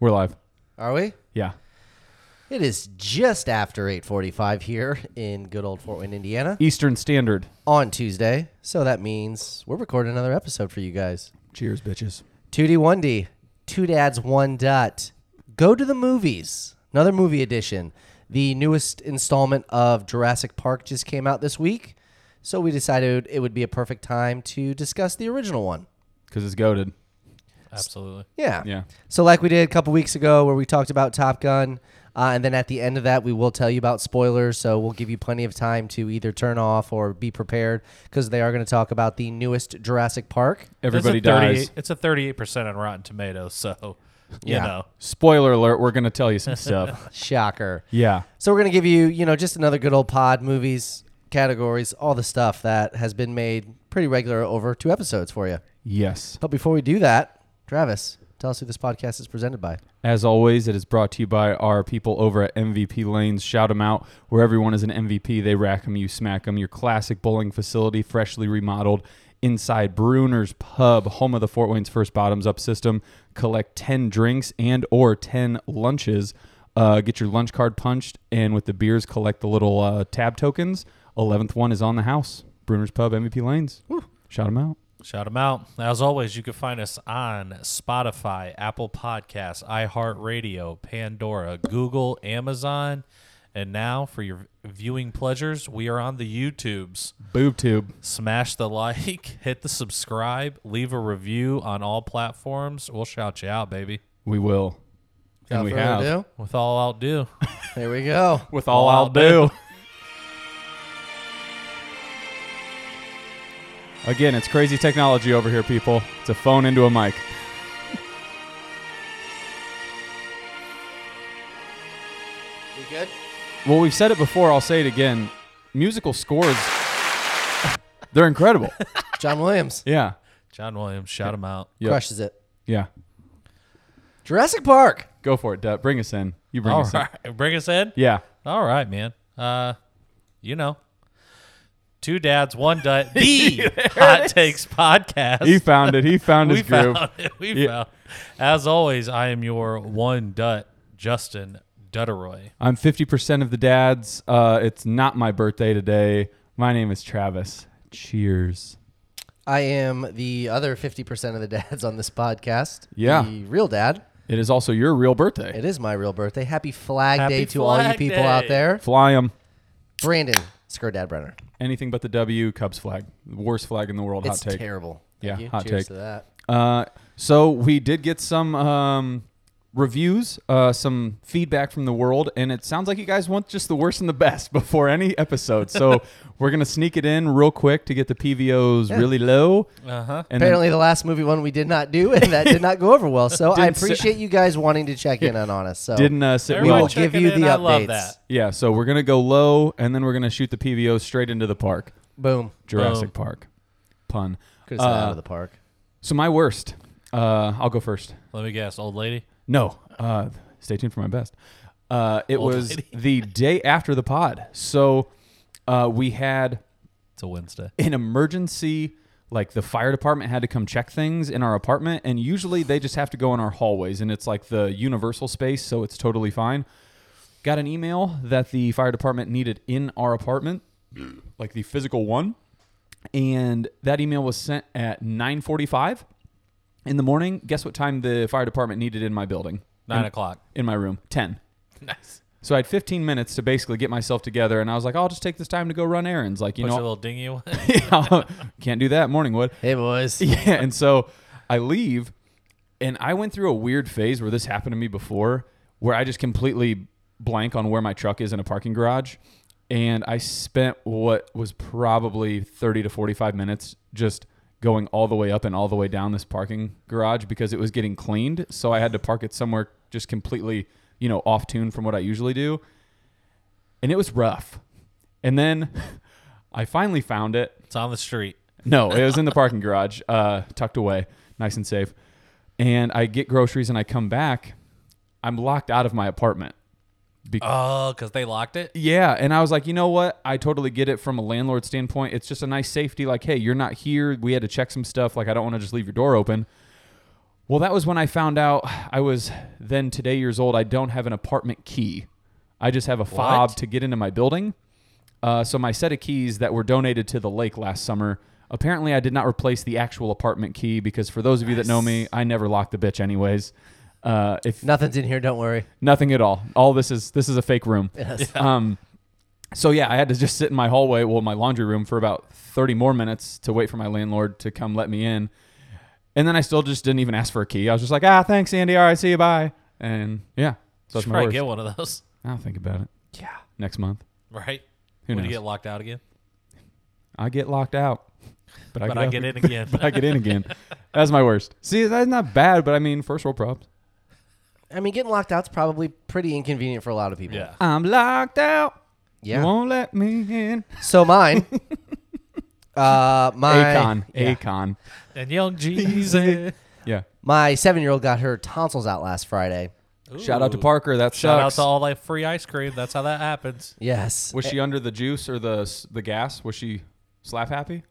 We're live. Are we? Yeah. It is just after 8:45 here in good old Fort Wayne, Indiana, Eastern Standard. on Tuesday. So that means we're recording another episode for you guys. Cheers, bitches. 2D 1D, two dads, one dot. Go to the movies. Another movie edition. The newest installment of Jurassic Park just came out this week, so we decided it would be a perfect time to discuss the original one. Because it's goaded. Absolutely. Yeah. Yeah. So, like we did a couple weeks ago, where we talked about Top Gun, uh, and then at the end of that, we will tell you about spoilers. So, we'll give you plenty of time to either turn off or be prepared because they are going to talk about the newest Jurassic Park. Everybody it's a 38 dies. It's a 38% on Rotten Tomatoes, so you Yeah. know. Spoiler alert, we're going to tell you some stuff. Shocker. yeah. So, we're going to give you, you know, just another good old pod, movies, categories, all the stuff that has been made pretty regular over two episodes for you. Yes. But before we do that, Travis, tell us who this podcast is presented by. As always, it is brought to you by our people over at MVP Lanes. Shout them out. Where everyone is an MVP, they rack them, you smack them. Your classic bowling facility, freshly remodeled inside Bruner's Pub, home of the Fort Wayne's first bottoms up system. Collect 10 drinks and or 10 lunches. Uh, get your lunch card punched, and with the beers, collect the little uh, tab tokens. 11th one is on the house. Bruner's Pub, MVP Lanes. Shout them out. Shout them out. As always, you can find us on Spotify, Apple Podcasts, iHeartRadio, Pandora, Google, Amazon. And now for your viewing pleasures, we are on the YouTubes. Boob Tube. Smash the like, hit the subscribe, leave a review on all platforms. We'll shout you out, baby. We will. And Without we further have. ado, With all I'll do. There we go. With all, All I'll I'll do. do. Again, it's crazy technology over here, people. It's a phone into a mic. We good? Well, we've said it before. I'll say it again. Musical scores, they're incredible. John Williams Yeah. John Williams, shout him out. Yep. crushes it. Yeah. Jurassic Park. Go for it, Dutt. Bring us in. You bring All us in. right. Bring us in. Yeah. All right, man. Uh, you know, two dads, one dud. The Hot Takes podcast. He found it. He found we his groove. found it. We Yeah. found. As always, I am your one dut, Justin Dutteroy. I'm 50% of the dads. Uh, it's not my birthday today. My name is Travis. Cheers. I am the other 50% of the dads on this podcast. Yeah. The real dad. It is also your real birthday. It is my real birthday. Happy Flag Happy Day to all you Flag people Day. out there. Fly 'em. Brandon, Skur Dad Brenner. Anything but the W Cubs flag. Worst flag in the world. It's hot take. terrible. Yeah, Thank you. hot Cheers take. to that. Uh, so we did get some um, reviews, uh, some feedback from the world, and it sounds like you guys want just the worst and the best before any episode. So we're gonna sneak it in real quick to get the PVOs really low. Uh huh. And then- Apparently, the last movie one we did not do, and that did not go over well. So I Didn't sit- appreciate you guys wanting to check in on, on us. So didn't uh, sit we Everyone will well. check- give checking you in. the I updates. love that. Yeah, so we're gonna go low, and then we're gonna shoot the PVOs straight into the park, Boom. Jurassic Boom. Park, pun. Could have said Uh, out of the park. So my worst. Uh, I'll go first. Let me guess, old lady. No. Uh, stay tuned for my best. Uh, it Old was lady. the day after the pod. So uh, we had It's a Wednesday. an emergency, like the fire department had to come check things in our apartment. And usually they just have to go in our hallways and it's like the universal space. So it's totally fine. Got an email that the fire department needed in our apartment, like the physical one. And that email was sent at 945 in the morning. Guess what time the fire department needed in my building? Nine In- o'clock. in my room. 10. Nice. So I had 15 minutes to basically get myself together, and I was like, "Oh, I'll just take this time to go run errands. Like, you Put your know, little dinghy away. can't do that, Morningwood. Hey, boys. Yeah. And so I leave, and I went through a weird phase where this happened to me before, where I just completely blank on where my truck is in a parking garage. And I spent what was probably 30 to 45 minutes just going all the way up and all the way down this parking garage because it was getting cleaned. So I had to park it somewhere just completely, you know, off tune from what I usually do and it was rough. And then I finally found it. It's on the street. No, it was in the parking garage, uh, tucked away, nice and safe. And I get groceries and I come back. I'm locked out of my apartment. Be- Oh, because they locked it? yeah, and I was like, you know what? I totally get it from a landlord standpoint. It's just a nice safety. Like, hey, you're not here. We had to check some stuff. Like, I don't want to just leave your door open. Well, that was when I found out I was then today years old. I don't have an apartment key. I just have a fob What? to get into my building. Uh, so my set of keys that were donated to the lake last summer. Apparently, I did not replace the actual apartment key because for those of you that know me, I never lock the bitch anyways. Uh, if Nothing's in here. Don't worry. nothing at all, all this is this is a fake room. Um, so yeah, I had to just sit in my hallway, well, my laundry room for about 30 more minutes to wait for my landlord to come let me in. And then I still just didn't even ask for a key. I was just like, ah, thanks, Andy. All right, see you, bye. And yeah, so that's Should my probably worst. get one of those, I'll think about it. Yeah, next month. right? Who Would you knows? get locked out again? I get locked out, but I but get, I out- get in again. but I get in again. That's my worst. See, that's not bad, but I mean, first world props. I mean, getting locked out's probably pretty inconvenient for a lot of people. yeah. I'm locked out. You Yeah. won't let me in. So mine. uh, my Akon. yeah. Akon. And Young Jesus. Yeah. My seven-year-old got her tonsils out last Friday. Shout out to Eh. Parker. That Shout out sucks. to all that free ice cream. That's how that happens. Yes. Was she under the juice or the s- the gas? Was she slap happy?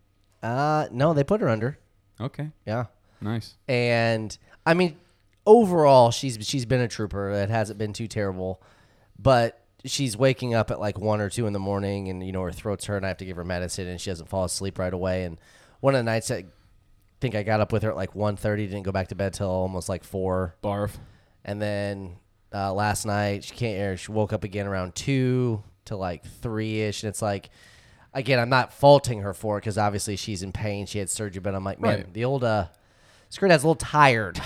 Uh, no, they put her under. Okay, Yeah. nice. and I mean, overall, she's she's been a trooper. It hasn't been too terrible, but she's waking up at like one or two in the morning, and you know her throat's hurt. And I have to give her medicine, and she doesn't fall asleep right away. And one of the nights, I think I got up with her at like 1.30, didn't go back to bed till almost like four, Barf. and then uh, last night she can't. Or she woke up again around two to like three ish, and it's like. Again, I'm not faulting her for it because obviously she's in pain. She had surgery, but I'm like, man, Right. the old uh, skirt dad's a little tired.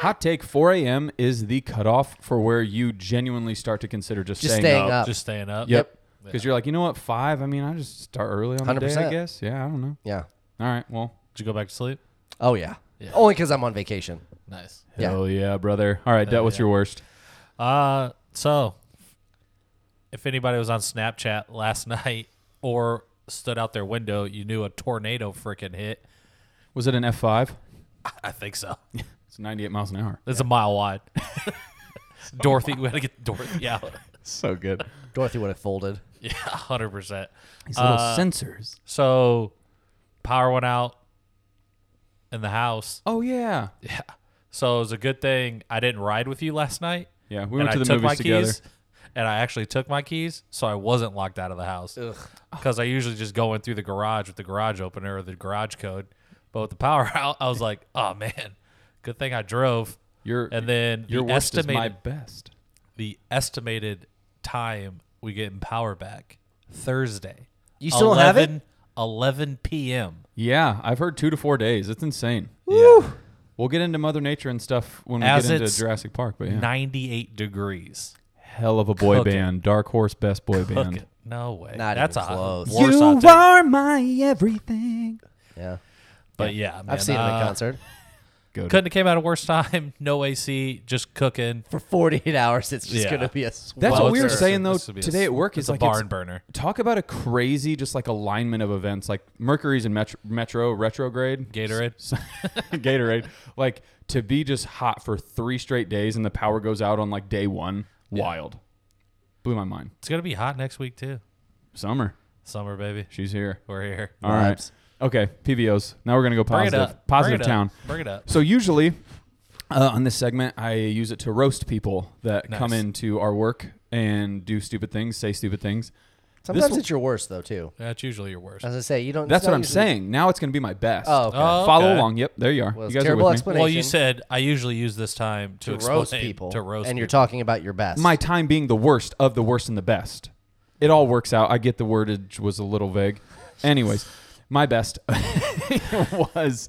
Hot take: 4 a.m. is the cutoff for where you genuinely start to consider just, Just staying, staying up. up. Just staying up. Yep. Because you're like, you know what, five. I mean, I just start early on the day, I 100%. guess. Yeah, I don't know. Yeah. All right, well, Did you go back to sleep? Oh yeah. Only Only because I'm on vacation. Nice. Yeah. hell yeah, brother. All right, Dut, what's your worst? Uh so if anybody was on Snapchat last night or stood out their window, you knew a tornado freaking hit. Was it an F5? I think so. It's 98 miles an hour. It's a mile wide. Dorothy, we had to get Dorothy out. So good. Dorothy would have folded. Yeah, hundred percent. These little sensors. So power went out in the house. Oh yeah. Yeah. So it was a good thing I didn't ride with you last night. Yeah, we went and to I the took my movies together. keys, and I actually took my keys, so I wasn't locked out of the house. Because I usually just go in through the garage with the garage opener or the garage code. But with the power out, I was like, oh man, good thing I drove. Your and then your the worst is estimated my best. the estimated time we get in power back Thursday. You still don't have it? 11 11 p.m. Yeah, I've heard two to four days. It's insane. Woo! We'll get into Mother Nature and stuff when we As get into it's Jurassic Park, but yeah. 98 degrees. Hell of a boy Cook it. band. Dark Horse best boy band. Look, no way. Not That's even a close. worse hot take. are my everything. Yeah. But yeah, man, I've seen him in uh, concert. Go to- Couldn't have came out a worse time. No AC, just cooking. For 48 hours, it's just Yeah. gonna be a. That's swell what we were turn. saying. though, This would be a- today at work it's is a like it's- barn burner. Talk about a crazy just like alignment of events like Mercury's in metro, metro retrograde. Gatorade. S- Gatorade. Like to be just hot for three straight days and the power goes out on like day one. Wild. Blew my mind. It's gonna be hot next week too. Summer. Summer, baby. She's here. We're here. All right. Vibes. Okay. PVOs. Now we're gonna go Bring it Oh, positive. up. Positive Bring it town. Up. Bring it up. So usually uh, on this segment, I use it to roast people that Nice. come into our work and do stupid things, say stupid things. Sometimes one- it's your worst though too. That's usually your worst. As I say, you don't. That's it's not what I'm usually- saying. Now it's going to be my best. Oh, okay. Oh, Follow okay. along. Yep, there you are. Well, you it's guys are terrible with me. explanation. Well, you said I usually use this time to, to explain, roast people to roast and you're people. talking about your best. My time being the worst of the worst and the best. It all works out. I get the wordage was a little vague. Anyways, my best was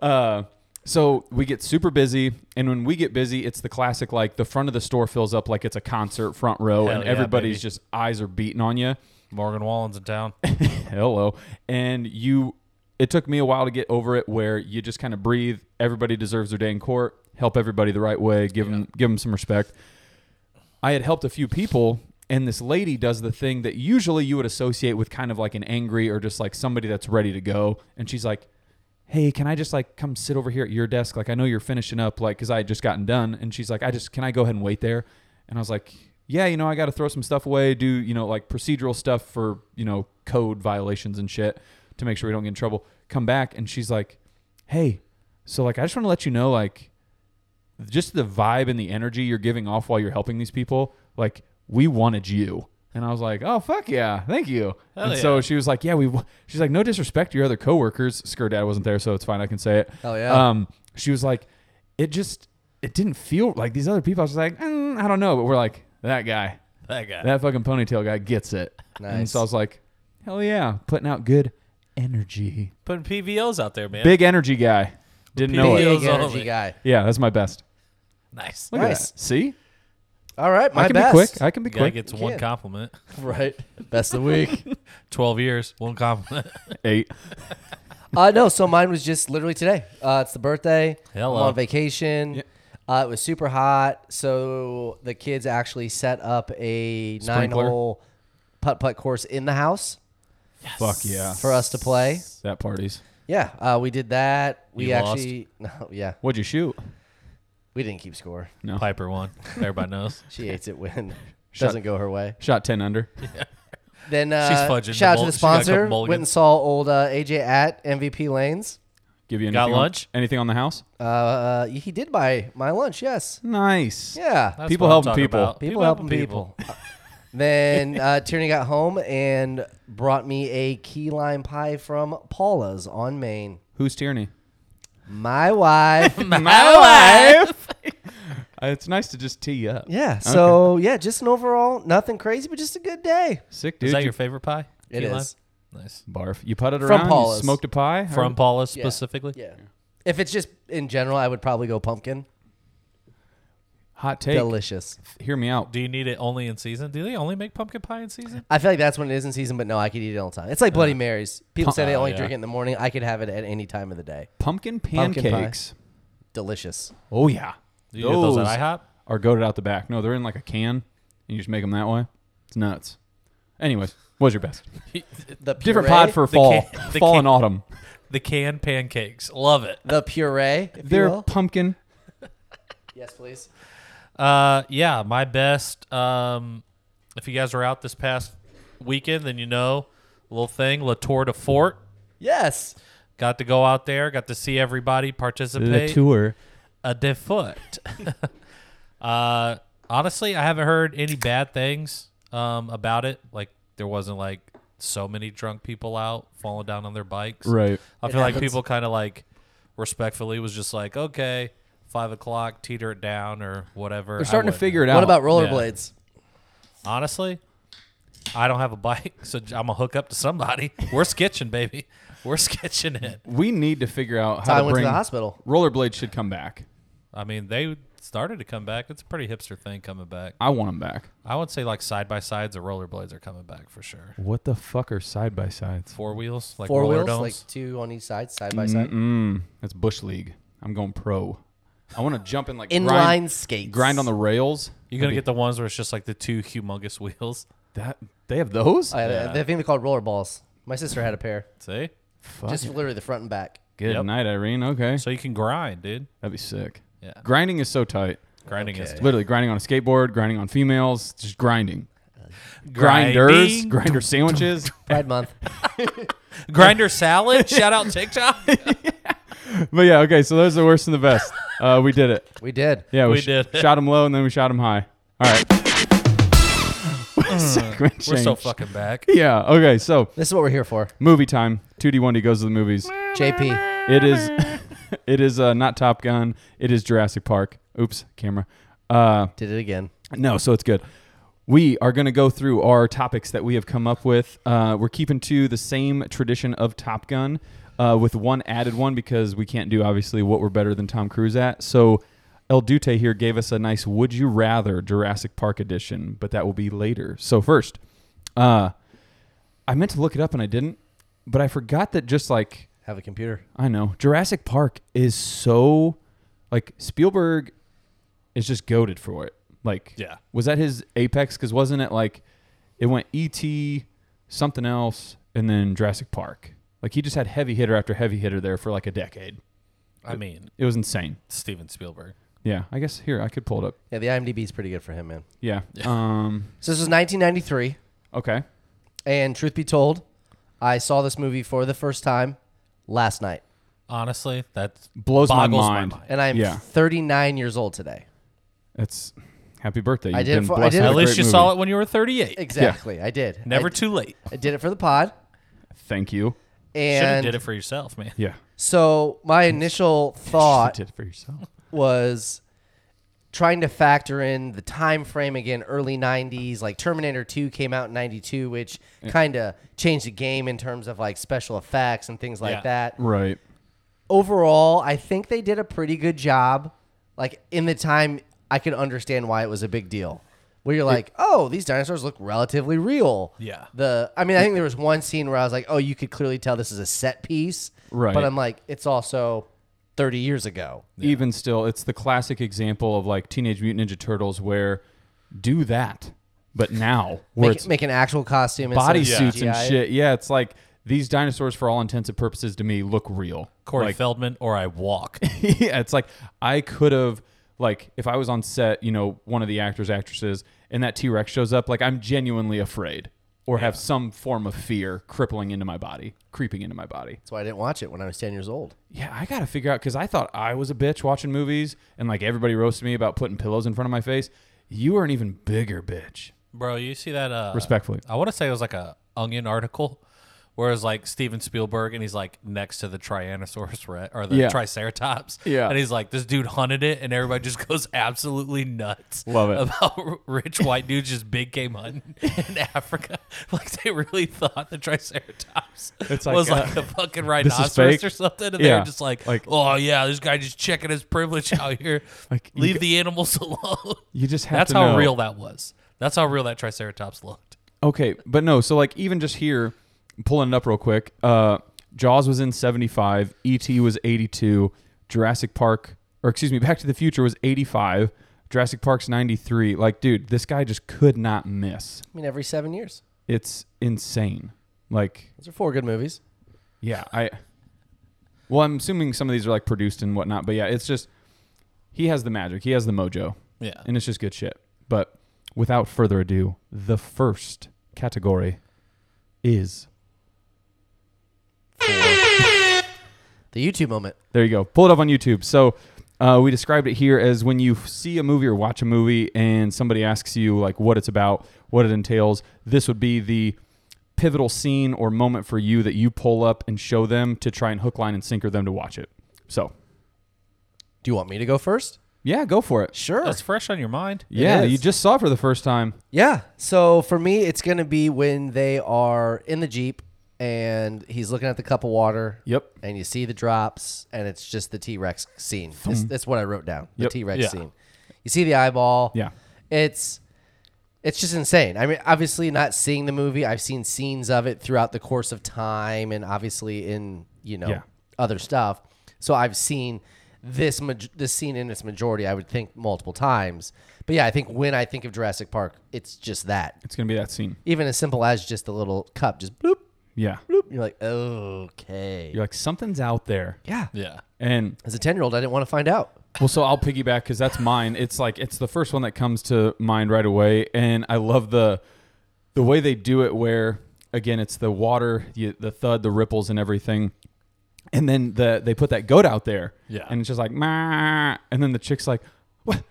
uh, so we get super busy, and when we get busy, it's the classic like the front of the store fills up like it's a concert front row, Hell and yeah, everybody's baby. just eyes are beating on you. Morgan Wallen's in town. hello and you it took me a while to get over it where you just kind of breathe everybody deserves their day in court help everybody the right way give them give them some respect i had helped a few people and this lady does the thing that usually you would associate with kind of like an angry or just like somebody that's ready to go and she's like hey can i just like come sit over here at your desk like i know you're finishing up like because i had just gotten done and she's like i just can i go ahead and wait there and i was like yeah you know i gotta throw some stuff away do you know like procedural stuff for you know code violations and shit to make sure we don't get in trouble come back and she's like hey so like i just want to let you know like just the vibe and the energy you're giving off while you're helping these people, like we wanted you. And I was like, oh fuck yeah, thank you. Hell and so yeah. she was like, yeah, we. w-" She's like, no disrespect to your other coworkers. Skirt dad wasn't there, so it's fine. I can say it. Hell yeah. Um, she was like, it just it didn't feel like these other people. I was just like, mm, I don't know, but we're like that guy, That guy. that fucking ponytail guy gets it. And Nice. so I was like, hell yeah, putting out good energy. Putting PVOs out there, man. Big energy guy. Didn't know it. PVO. Big Feels all energy it. guy. Yeah, that's my best. Nice. Look Nice. at that. See, All right, my I can best. be quick. I can be Guy quick. gets You one can. compliment. right, best of the week. 12 years, one compliment. Eight. Uh, no, so mine was just literally today. Uh, it's the birthday. Hello. I'm on vacation. Uh, it was super hot, so the kids actually set up a Sprinkler. nine-hole putt-putt course in the house Fuck yeah. for us to play. That parties. Yeah, uh, we did that. We You lost? actually, no, yeah, What'd you shoot? we didn't keep score. No. Piper won. Everybody knows. She hates it when Shut- doesn't go her way. Shot ten under. Then uh, fudging Shout out to the the mul- she got a couple sponsor. Went and mulligans. saw old uh, AJ at MVP Lanes. Give you anything Got on- lunch? anything on the house? Uh, he did buy my lunch. Yes. Nice. Yeah. That's People what I'm helping talking people. about. People, helping people. Uh, then uh, Tierney got home and brought me a key lime pie from Paula's on Maine. Who's Tierney? My wife. Oh, My wife. Uh, it's nice to just tee you up. yeah. So yeah, just an overall nothing crazy, but just a good day. Sick dude. Is that You- your favorite pie? It Key lime? is. Nice. barf? You putted From around. You Paula's. smoked a pie. From Or- Paula Yeah. specifically? Yeah. If it's just in general, I would probably go pumpkin. hot take. Delicious. Hear me out. Do you need it only in season? Do they only make pumpkin pie in season? I feel like that's when it is in season, but no, I could eat it all the time. It's like Bloody Marys. People say they Oh, only yeah. drink it in the morning. I could have it at any time of the day. Pumpkin Pumpkin pie. pancakes. Delicious. Oh yeah. Do you get those at IHOP? are goaded out the back. No, they're in like a can, and you just make them that way. It's nuts. Anyways, what's your best? The Different puree- pod for fall, can- the fall can- and autumn. The canned pancakes. Love it. the puree. If you They're will. pumpkin. yes, please. Uh, yeah, my best. Um, if you guys were out this past weekend, then you know, little thing, Latour de Fort. Yes. Got to go out there. Got to see everybody participate. tour. a defoot. uh, honestly, I haven't heard any bad things um, about it. Like there wasn't like so many drunk people out falling down on their bikes. Right. I It feel like happens. people kind of like respectfully was just like, okay, five o'clock, teeter it down or whatever. They're starting to figure it out. What about yeah. rollerblades? Honestly, I don't have a bike, so I'm gonna hook up to somebody. We're sketching, baby. We're sketching it. We need to figure out So how I to went to bring the hospital. rollerblades should come back. I mean, they started to come back. It's a pretty hipster thing coming back. I want them back. I would say like side by sides or rollerblades are coming back for sure. What the fuck are side by sides? Four wheels, like Four roller wheels, domes. like two on each side, side by side. Mm, that's bush league. I'm going pro. I want to jump in like Inline grind, skates. grind on the rails. You're gonna That'd get the ones where it's just like the two humongous wheels. be- that. They have those. Oh, yeah, Yeah. They think they called rollerballs. My sister had a pair, See, Fuck. just literally the front and back. Good Yep. night, Irene. Okay, so you can grind, dude. that'd be sick. Yeah, Grinding is so tight. grinding is Okay. Literally grinding on a skateboard, grinding on females, just grinding. Grinders, Grinding. grinder sandwiches, Pride month. grinder salad. Shout out TikTok. but yeah, okay. So those are the worst and the best. Uh, we did it. We did. Yeah, We did it. Shot him low and then we shot him high. All right. Segment Hmm. We're so change. fucking back. Yeah. Okay. So This is what we're here for. movie time. Two D one D goes to the movies. JP. It is. it is uh, not Top Gun. It is Jurassic Park. Oops, camera. Uh, Did it again. No, so it's good. We are going to go through our topics that we have come up with. Uh, we're keeping to the same tradition of Top Gun uh, with one added one because we can't do, obviously, what we're better than Tom Cruise at. So El Dute here gave us a nice Would You Rather Jurassic Park edition, but that will be later. So, first, uh, I meant to look it up and I didn't, but I forgot that just like Have a computer. I know. Jurassic Park is so like Spielberg is just goaded for it. Like Yeah. Was that his apex cuz wasn't it like it went ET something else and then Jurassic Park. Like he just had heavy hitter after heavy hitter there for like a decade. I mean, It was insane. Steven Spielberg. Yeah. I guess here I could pull it up. Yeah, the IMDb is pretty good for him, man. Yeah. Um So this was 1993, okay. and truth be told, I saw this movie for the first time last night. Honestly, that Blows my boggles mind. My mind. and I'm Yeah. 39 years old today. It's happy birthday. You've I did it been for- I blessed did with it At a for- great least you movie. saw it when you were 38. Exactly, I did. Never I, too late. I did it for the pod, Thank you. Should have and did it for yourself, man. Yeah. so my initial thought You did it for yourself. was trying to factor in the time frame again early 90s like terminator 2 came out in 92 which kind of changed the game in terms of like special effects and things like Yeah. that Right. overall i think they did a pretty good job like in the time i could understand why it was a big deal where you're like oh these dinosaurs look relatively real Yeah. the i mean i think there was one scene where i was like oh you could clearly tell this is a set piece Right. but i'm like it's also 30 years ago Even still, it's the classic example of like Teenage Mutant Ninja Turtles where do that, but now where make, it's make an actual costume instead body of suits and CGI. shit. Yeah, it's like these dinosaurs, for all intents and purposes, to me look real. Corey Like, Feldman or I walk. yeah, it's like I could have like if I was on set, you know, one of the actors, actresses, and that T Rex shows up, like I'm genuinely afraid or have some form of fear crippling into my body, creeping into my body. That's why I didn't watch it when I was 10 years old. Yeah, I gotta figure out because I thought I was a bitch watching movies and like everybody roasted me about putting pillows in front of my face. You are an even bigger bitch. Bro, you see that? Uh, Respectfully. I want to say it was like a Onion article, where it's like Steven Spielberg and he's like next to the Tyrannosaurus Rex or the Yeah. Triceratops. Yeah. and he's like, this dude hunted it, and everybody just goes absolutely nuts. Love it. about rich white dudes just big game hunting in Africa. Like they really thought the Triceratops It's like, was uh, like a fucking is rhinoceros fake? or something, and Yeah. they're just like, Like- oh yeah, this guy just checking his privilege out here. Like, you leave g- the animals alone. You just have That's to how know. real that was. That's how real that Triceratops looked. Okay, but no, so like even just here, pulling it up real quick, uh Jaws was in 75, ET was 82, Jurassic Park or excuse me, Back to the Future was 85, Jurassic Park's 93. Like dude, this guy just could not miss. I mean, every seven years. It's insane. Like Those are four good movies. yeah, I Well, I'm assuming some of these are like produced and whatnot, but yeah, it's just he has the magic. He has the mojo. Yeah. And it's just good shit. But without further ado, the first category is The YouTube moment. There you go. Pull it up on YouTube. So uh, we described it here as when you f- see a movie or watch a movie and somebody asks you like what it's about, what it entails. This would be the pivotal scene or moment for you that you pull up and show them to try and hook, line, and sinker them to watch it. So Do you want me to go first? yeah, go for it. Sure. That's fresh on your mind. Yeah, is. you just saw it for the first time. yeah. So for me, it's going to be when they are in the Jeep and he's looking at the cup of water. Yep. And you see the drops, and it's just the T Rex scene. That's, that's what I wrote down. The Yep. T Rex Yeah. scene. You see the eyeball. Yeah. It's it's just insane. I mean, obviously not seeing the movie. I've seen scenes of it throughout the course of time and obviously in, you know, Yeah. other stuff. So I've seen this maj- this scene in its majority, I would think multiple times. But yeah, I think when I think of Jurassic Park, it's just that. It's gonna be that scene. Even as simple as just the little cup just bloop Yeah. bloop you're like, "Okay." You're like something's out there. Yeah. Yeah. And As a 10-year-old, I didn't want to find out. Well, so I'll piggyback because that's mine. It's like it's the first one that comes to mind right away, and I love the the way they do it. Where again, it's the water, you, the thud, the ripples, and everything, and then the they put that goat out there, Yeah. and it's just like, "Mah," and then the chick's like, what?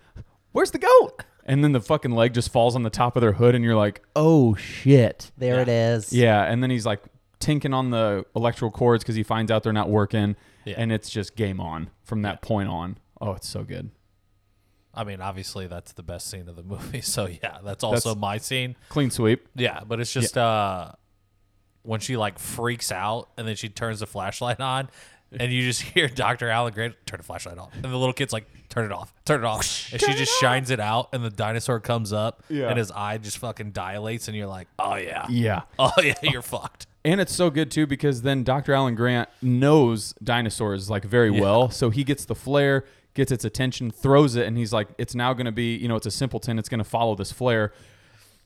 Where's the goat? And then the fucking leg just falls on the top of their hood, and you're like, oh shit, There it is. yeah, and then he's like tinking on the electrical cords because he finds out they're not working, Yeah. and it's just game on from that point on. Oh, it's so good. I mean, obviously that's the best scene of the movie. So yeah, that's also That's- my scene. Clean sweep. Yeah, but it's just uh when she like freaks out and then she turns the flashlight on and you just hear Dr. Alan Grant turn the flashlight off. And the little kid's like, turn it off, turn it off. And she just shines it out and the dinosaur comes up Yeah. and his eye just fucking dilates and you're like, Oh yeah. Yeah. Oh yeah, you're fucked. And it's so good too because then Dr. Alan Grant knows dinosaurs like very well. So he gets the flare, gets its attention, throws it, and he's like, it's now going to be, you know, it's a simpleton. It's going to follow this flare.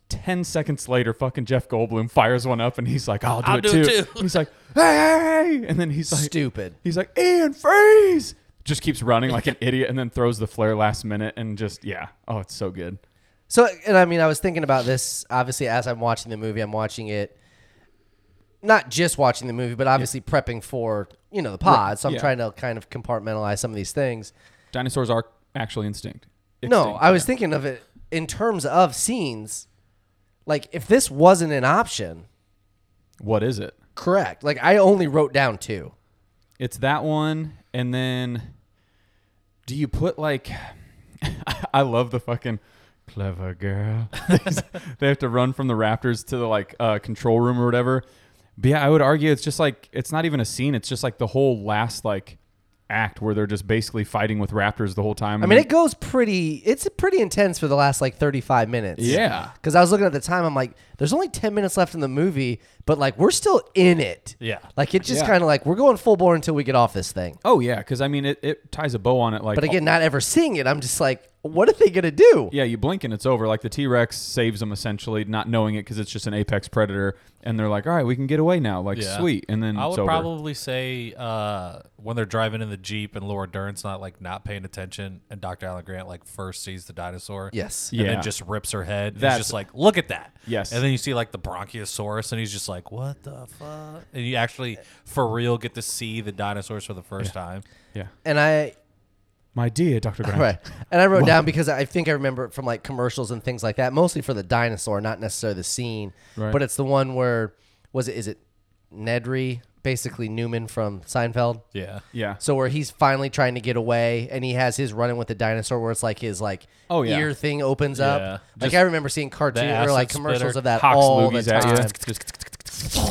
10 seconds later, fucking Jeff Goldblum fires one up and he's like, I'll do, I'll it, do it too. too. He's like, hey, And then he's like, Stupid. He's like, Ian, freeze. Just keeps running like an idiot and then throws the flare last minute and just, yeah. Oh, it's so good. So, and I mean, I was thinking about this. Obviously, as I'm watching the movie, I'm watching it not just watching the movie, but obviously prepping for you know the pod. So I'm yeah. trying to kind of compartmentalize some of these things. Dinosaurs are actually instinct. No, Extinct, I was yeah. thinking of it in terms of scenes. Like if this wasn't an option, What is it? correct. Like I only wrote down two. It's that one, and then do you put like? I love the fucking clever girl. they have to run from the Raptors to the like uh, control room or whatever. But yeah, I would argue it's just like it's not even a scene. It's just like the whole last like act where they're just basically fighting with Raptors the whole time. I mean, it goes pretty. It's pretty intense for the last like 35 minutes. Yeah. Because I was looking at the time, I'm like, there's only 10 minutes left in the movie, but like we're still in it. Yeah. Like it's just Yeah. kind of like we're going full bore until we get off this thing. oh yeah, because I mean it, it ties a bow on it. Like, But again, not ever seeing it, I'm just like, what are they gonna do? yeah, you blink and it's over. Like the T Rex saves them essentially, not knowing it because it's just an apex predator, and they're like, all right, we can get away now. Like Yeah. sweet, and then I it's would over. probably say uh, when they're driving in the jeep and Laura Dern's not like not paying attention, and Dr. Alan Grant like first sees the dinosaur. Yes. Yeah. And then just rips her head. and That's- he's just like, look at that. Yes. And then you see like the Bronchiosaurus, and he's just like, what the fuck? And you actually, for real, get to see the dinosaurs for the first time. yeah. And I My dear Dr. Grant. right, and I wrote down because I think I remember it from like commercials and things like that, mostly for the dinosaur, not necessarily the scene. Right. But it's the one where was it? Is it Nedry? Basically Newman from Seinfeld. Yeah. Yeah. So where he's finally trying to get away, and he has his running with the dinosaur, where it's like his like Oh, yeah. ear thing opens Yeah. up. Like Just I remember seeing cartoon or acid like commercials spitter. of that Hawks all the loogies at you. time. Just-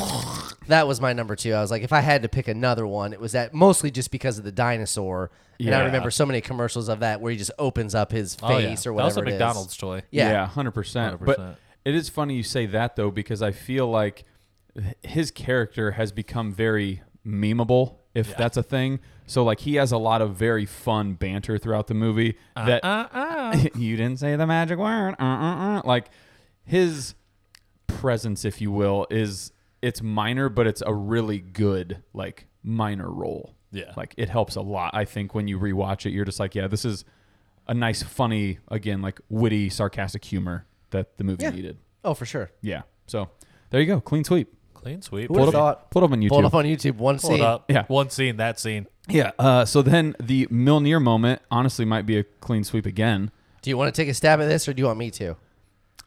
That was my number two. I was like, if I had to pick another one, it was that mostly just because of the dinosaur. And I Yeah. remember so many commercials of that where he just opens up his face Oh, yeah. or That was whatever a it is. McDonald's toy. Yeah. yeah, hundred percent. But 100%. it is funny you say that though, because I feel like his character has become very memeable, if that's a thing. So like he has a lot of very fun banter throughout the movie. that Uh-uh. you didn't say the magic word. Uh, uh, uh. Like his presence, if you will, is it's minor, but it's a really good like minor role. Yeah. like it helps a lot. I think when you rewatch it, you're just like, yeah, this is a nice, funny, again, like witty, sarcastic humor that the movie Yeah. needed. Oh, for sure. Yeah. So there you go, clean sweep. Clean sweep. Who would Pull have it thought? up. Pull it up on YouTube. Pulled up on YouTube one Pull it scene. up. Yeah. One scene, that scene. Yeah. Uh, so then the Milner moment honestly might be a clean sweep again. Do you want to take a stab at this, or do you want me to?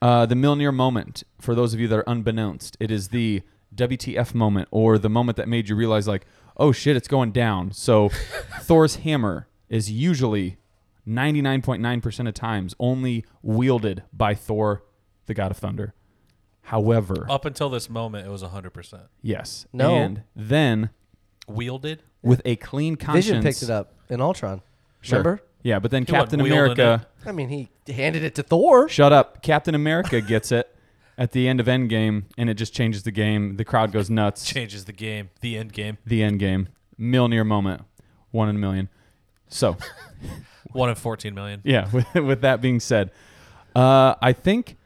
Uh, the Milner moment, for those of you that are unbeknownst, it is the WTF moment or the moment that made you realize, like, oh shit, it's going down. So Thor's hammer is usually 99.9% of times only wielded by Thor, the god of thunder. However, Up until this moment, it was 100%. yes. Oh, No. And then Wielded? with a clean conscience. Vision picked it up in Ultron. Sure. Remember? Yeah, but then wasn't Captain wielding America. it. I mean, he handed it to Thor. Shut up. Captain America gets it at the end of Endgame, and it just changes the game. The crowd goes nuts. Changes the game. The end game. The Endgame. Milner moment. One in a million. So, One in 14 million. yeah, with, with that being said, uh, I think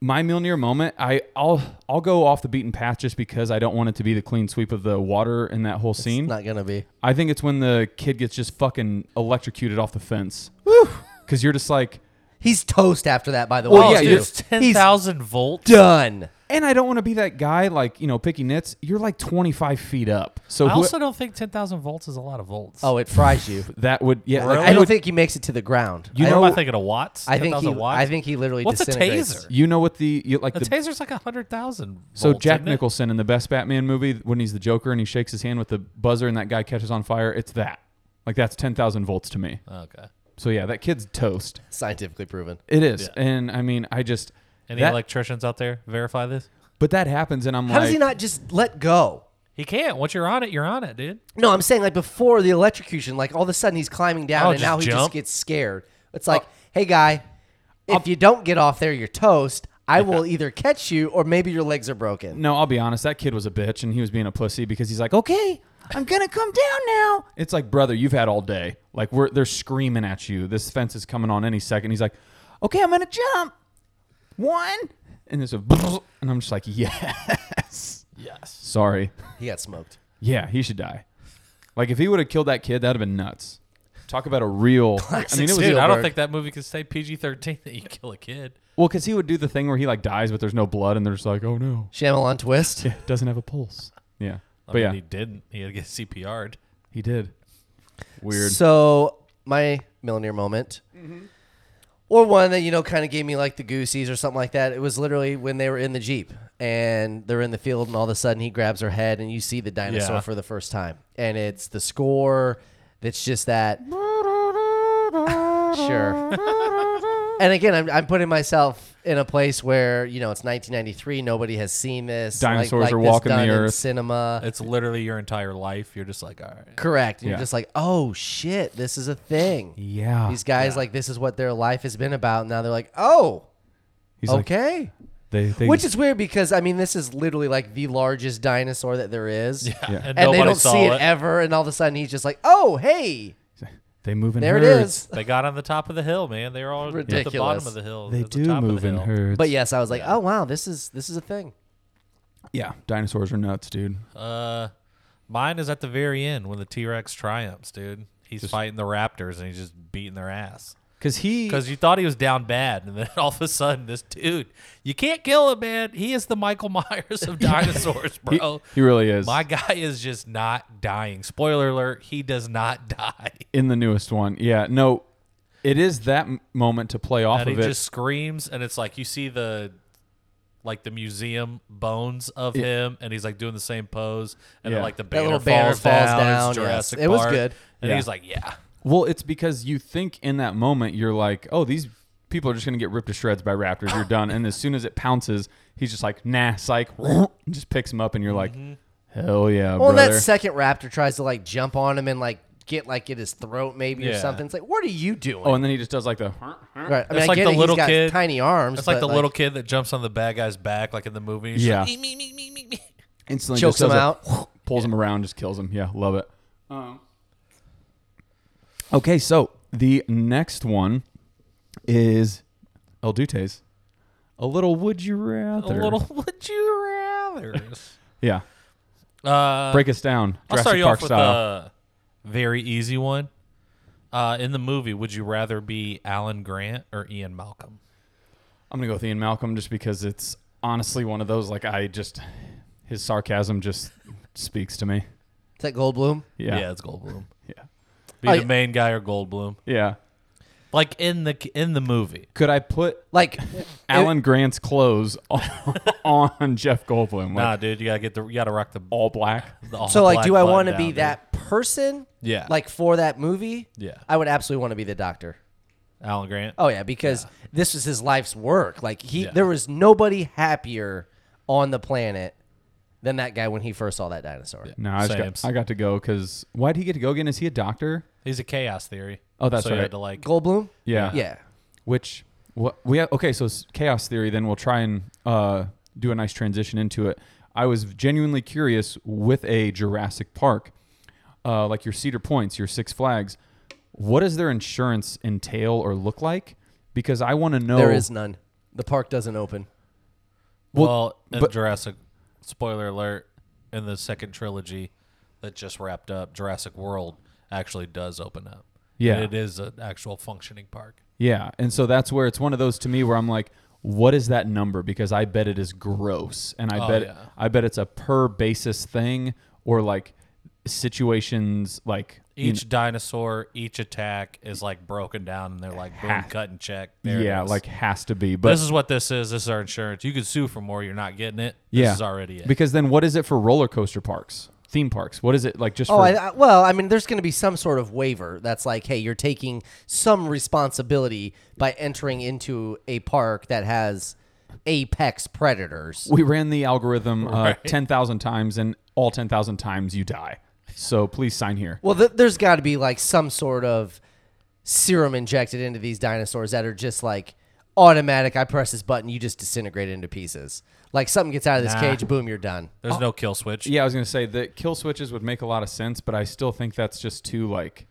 my Milner moment, I, I'll, I'll go off the beaten path just because I don't want it to be the clean sweep of the water in that whole scene. Not gonna be. I think it's when the kid gets just fucking electrocuted off the fence. Woo! Because you're just like, He's toast after that. By the Well, way, yeah, too. you- it's 10,000 volt. He's done. And I don't want to be that guy, like you know, picky nits. You're like 25 feet up, so I who- also don't think 10,000 volts is a lot of volts. Oh, it fries you. that would yeah. like, Really? I I don't would- think he makes it to the ground. You I- know- What am I thinking of watts? I think 10,000 he. watts? I think he literally. What's a disintegrates. taser? you know what the you like the, the, taser's like 100,000 so volts, Jack isn't it? Nicholson in the best Batman movie when he's the Joker and he shakes his hand with the buzzer and that guy catches on fire. It's that like that's 10,000 volts to me. Okay. So yeah, that kid's toast. Scientifically proven. It is, Yeah. and I mean, I just Any that- electricians out there verify this? but that happens, and I'm How like, does he not just let go? He can't. Once you're on it, you're on it, dude. No, I'm saying like before the electrocution, like all of a sudden he's climbing down Oh, and just now he just jump? Oh. Um, gets scared. It's like, hey guy, if you don't get off there, you're toast. I will either catch you or maybe your legs are broken. No, I'll be honest. That kid was a bitch, and he was being a pussy because he's like, "Okay, I'm gonna come down now." It's like, brother, you've had all day. Like, we're they're screaming at you. This fence is coming on any second. He's like, "Okay, I'm gonna jump." One, and there's a, and I'm just like, "Yeah, Yes. sorry, He got smoked. yeah, he should die." Like, if he would have killed that kid, that'd have been nuts. Talk about a real. I mean, it was Dude, I don't Spielberg. think that movie could stay PG thirteen that you kill a kid. well because he would do the thing where he like dies, but there's no blood, and they're just like, oh no, Shyamalan twist. it doesn't have a pulse. Yeah, I but mean, yeah, he he, didn't. He had to get CPR'd. did. Weird. So my Millionaire moment, or one that you know kind of gave me like the goosies or something like that. It was literally when they were in the jeep and they're in the field, and all of a sudden he grabs her head, and you see the dinosaur Yeah. for the first time, and it's the score that's just that. sure. and again, I'm, I'm putting myself in a place where you know it's 1993. Nobody has seen this. like- Dinosaurs like are this walking the done in earth. Cinema. It's literally your entire life. You're just like, all right. Correct. You're Yeah. just like, oh shit, this is a thing. yeah, These guys like this is what their life has been about. Now they're like, oh, He's like, okay. they, they, Which is weird because I mean this is literally like the largest dinosaur that there is, Yeah. And, and nobody they don't saw see it, it. ever. And all of a sudden he's just like, oh hey, they move in there it herds. is. They got on the top of the hill, man. They were all at the Ridiculous. bottom of the hill. They at the do top of the move in hill. herds. But yes, I was like, oh wow, this is this is a thing. yeah, dinosaurs are nuts, dude. Uh, mine is at the very end when the T Rex triumphs, dude. He's fighting the Raptors and he's just beating their ass. Because he Because you thought he was down bad, and then all of a sudden, this dude, you can't kill him, man. He is the Michael Myers of dinosaurs, he, bro. he really is. oh, My guy is just not dying. Spoiler alert, he does not die. in the newest one. Yeah, no, it is that m- moment to play off and he of it. just screams, and it's like you see the like the museum bones of him, and he's like doing the same pose, and then Yeah. like the That banner, little banner falls, falls down. down, yes. It's Jurassic It was Park. good. and Yeah. he's like, yeah, well, it's because you think in that moment you're like, oh, these people are just gonna get ripped to shreds by raptors. You're done. and as soon as it pounces, he's just like, nah, psych, and just picks him up, and you're like, Mm-hmm. hell yeah, Well, and brother. that second raptor tries to like jump on him and like get like in his throat maybe or Yeah. something. It's like, what are you doing? oh, and then he just does like the. right. I mean, It's I like get the it, he's little got kid- tiny arms. it's like but, the little kid that jumps on the bad guy's back, like in the movie. He's Yeah. just like, "Me, me, me, me, me." Instantly Chokes just does him a out. pulls him around, just kills him. Yeah, love it. Um, Okay, so the next one is El Dute's. A little would you a rather? little. Would you rather? Yeah. uh, Break us down. I'll Jurassic start you Park off with uh, style. a very easy one. Uh, in the movie, would you rather be Alan Grant or Ian Malcolm? I'm gonna go with Ian Malcolm just because it's honestly one of those like I just his sarcasm just speaks to me. Is that Goldblum? Yeah. Yeah. it's Goldblum. Yeah. Be I- the main guy or Goldblum, like in the in the movie. Could I put Like, Alan Grant's clothes on, on Jeff Goldblum? Like Nah, dude, you gotta get the you gotta rock the, all black. the all so like, black do I button want to down, be dude. that person? Yeah. Like for that movie? Yeah. I would absolutely want to be the doctor. Alan Grant? Oh yeah, because this was his life's work. Like he, Yeah. there was nobody happier on the planet than that guy when he first saw that dinosaur. No, I, just Sames. got, I got to go because why'd he get to go again? Is he a doctor? He's a chaos theory. Oh, that's so You right. had to like Goldblum. Yeah. Yeah. Which what we have, okay, so it's chaos theory. Then we'll try and uh, do a nice transition into it. I was genuinely curious with a Jurassic Park, uh, like your Cedar Points, your Six Flags. What does their insurance entail or look like? Because I want to know. There is none. The park doesn't open. well, in but- Jurassic. Spoiler alert! In the second trilogy that just wrapped up, Jurassic World actually does open up. Yeah. and it is an actual functioning park. Yeah, and so that's where it's one of those to me where I'm like, what is that number? Because I bet it is gross, and I Oh, bet yeah. I bet it's a per basis thing or like situations like you Each dinosaur, each attack is like broken down, and they're like boom, Half- cut and check. kn- There it yeah, is. like has to be. But this is what this is. This is our insurance. You could sue for more. You're not getting it. This yeah, is already it. Because then what is it for roller coaster parks, theme parks? What is it like just Oh, for? I, I, well, I mean, there's going to be some sort of waiver that's like, hey, you're taking some responsibility by entering into a park that has apex predators. we ran the algorithm uh, Right. ten thousand times, and all ten thousand times you die. So please sign here. Well, th- there's got to be like some sort of serum injected into these dinosaurs that are just like automatic. I press this button, you just disintegrate into pieces. Like something gets out of this Nah. cage, boom, you're done. There's no kill switch. Oh. Yeah, I was gonna say the kill switches would make a lot of sense, but I still think that's just too like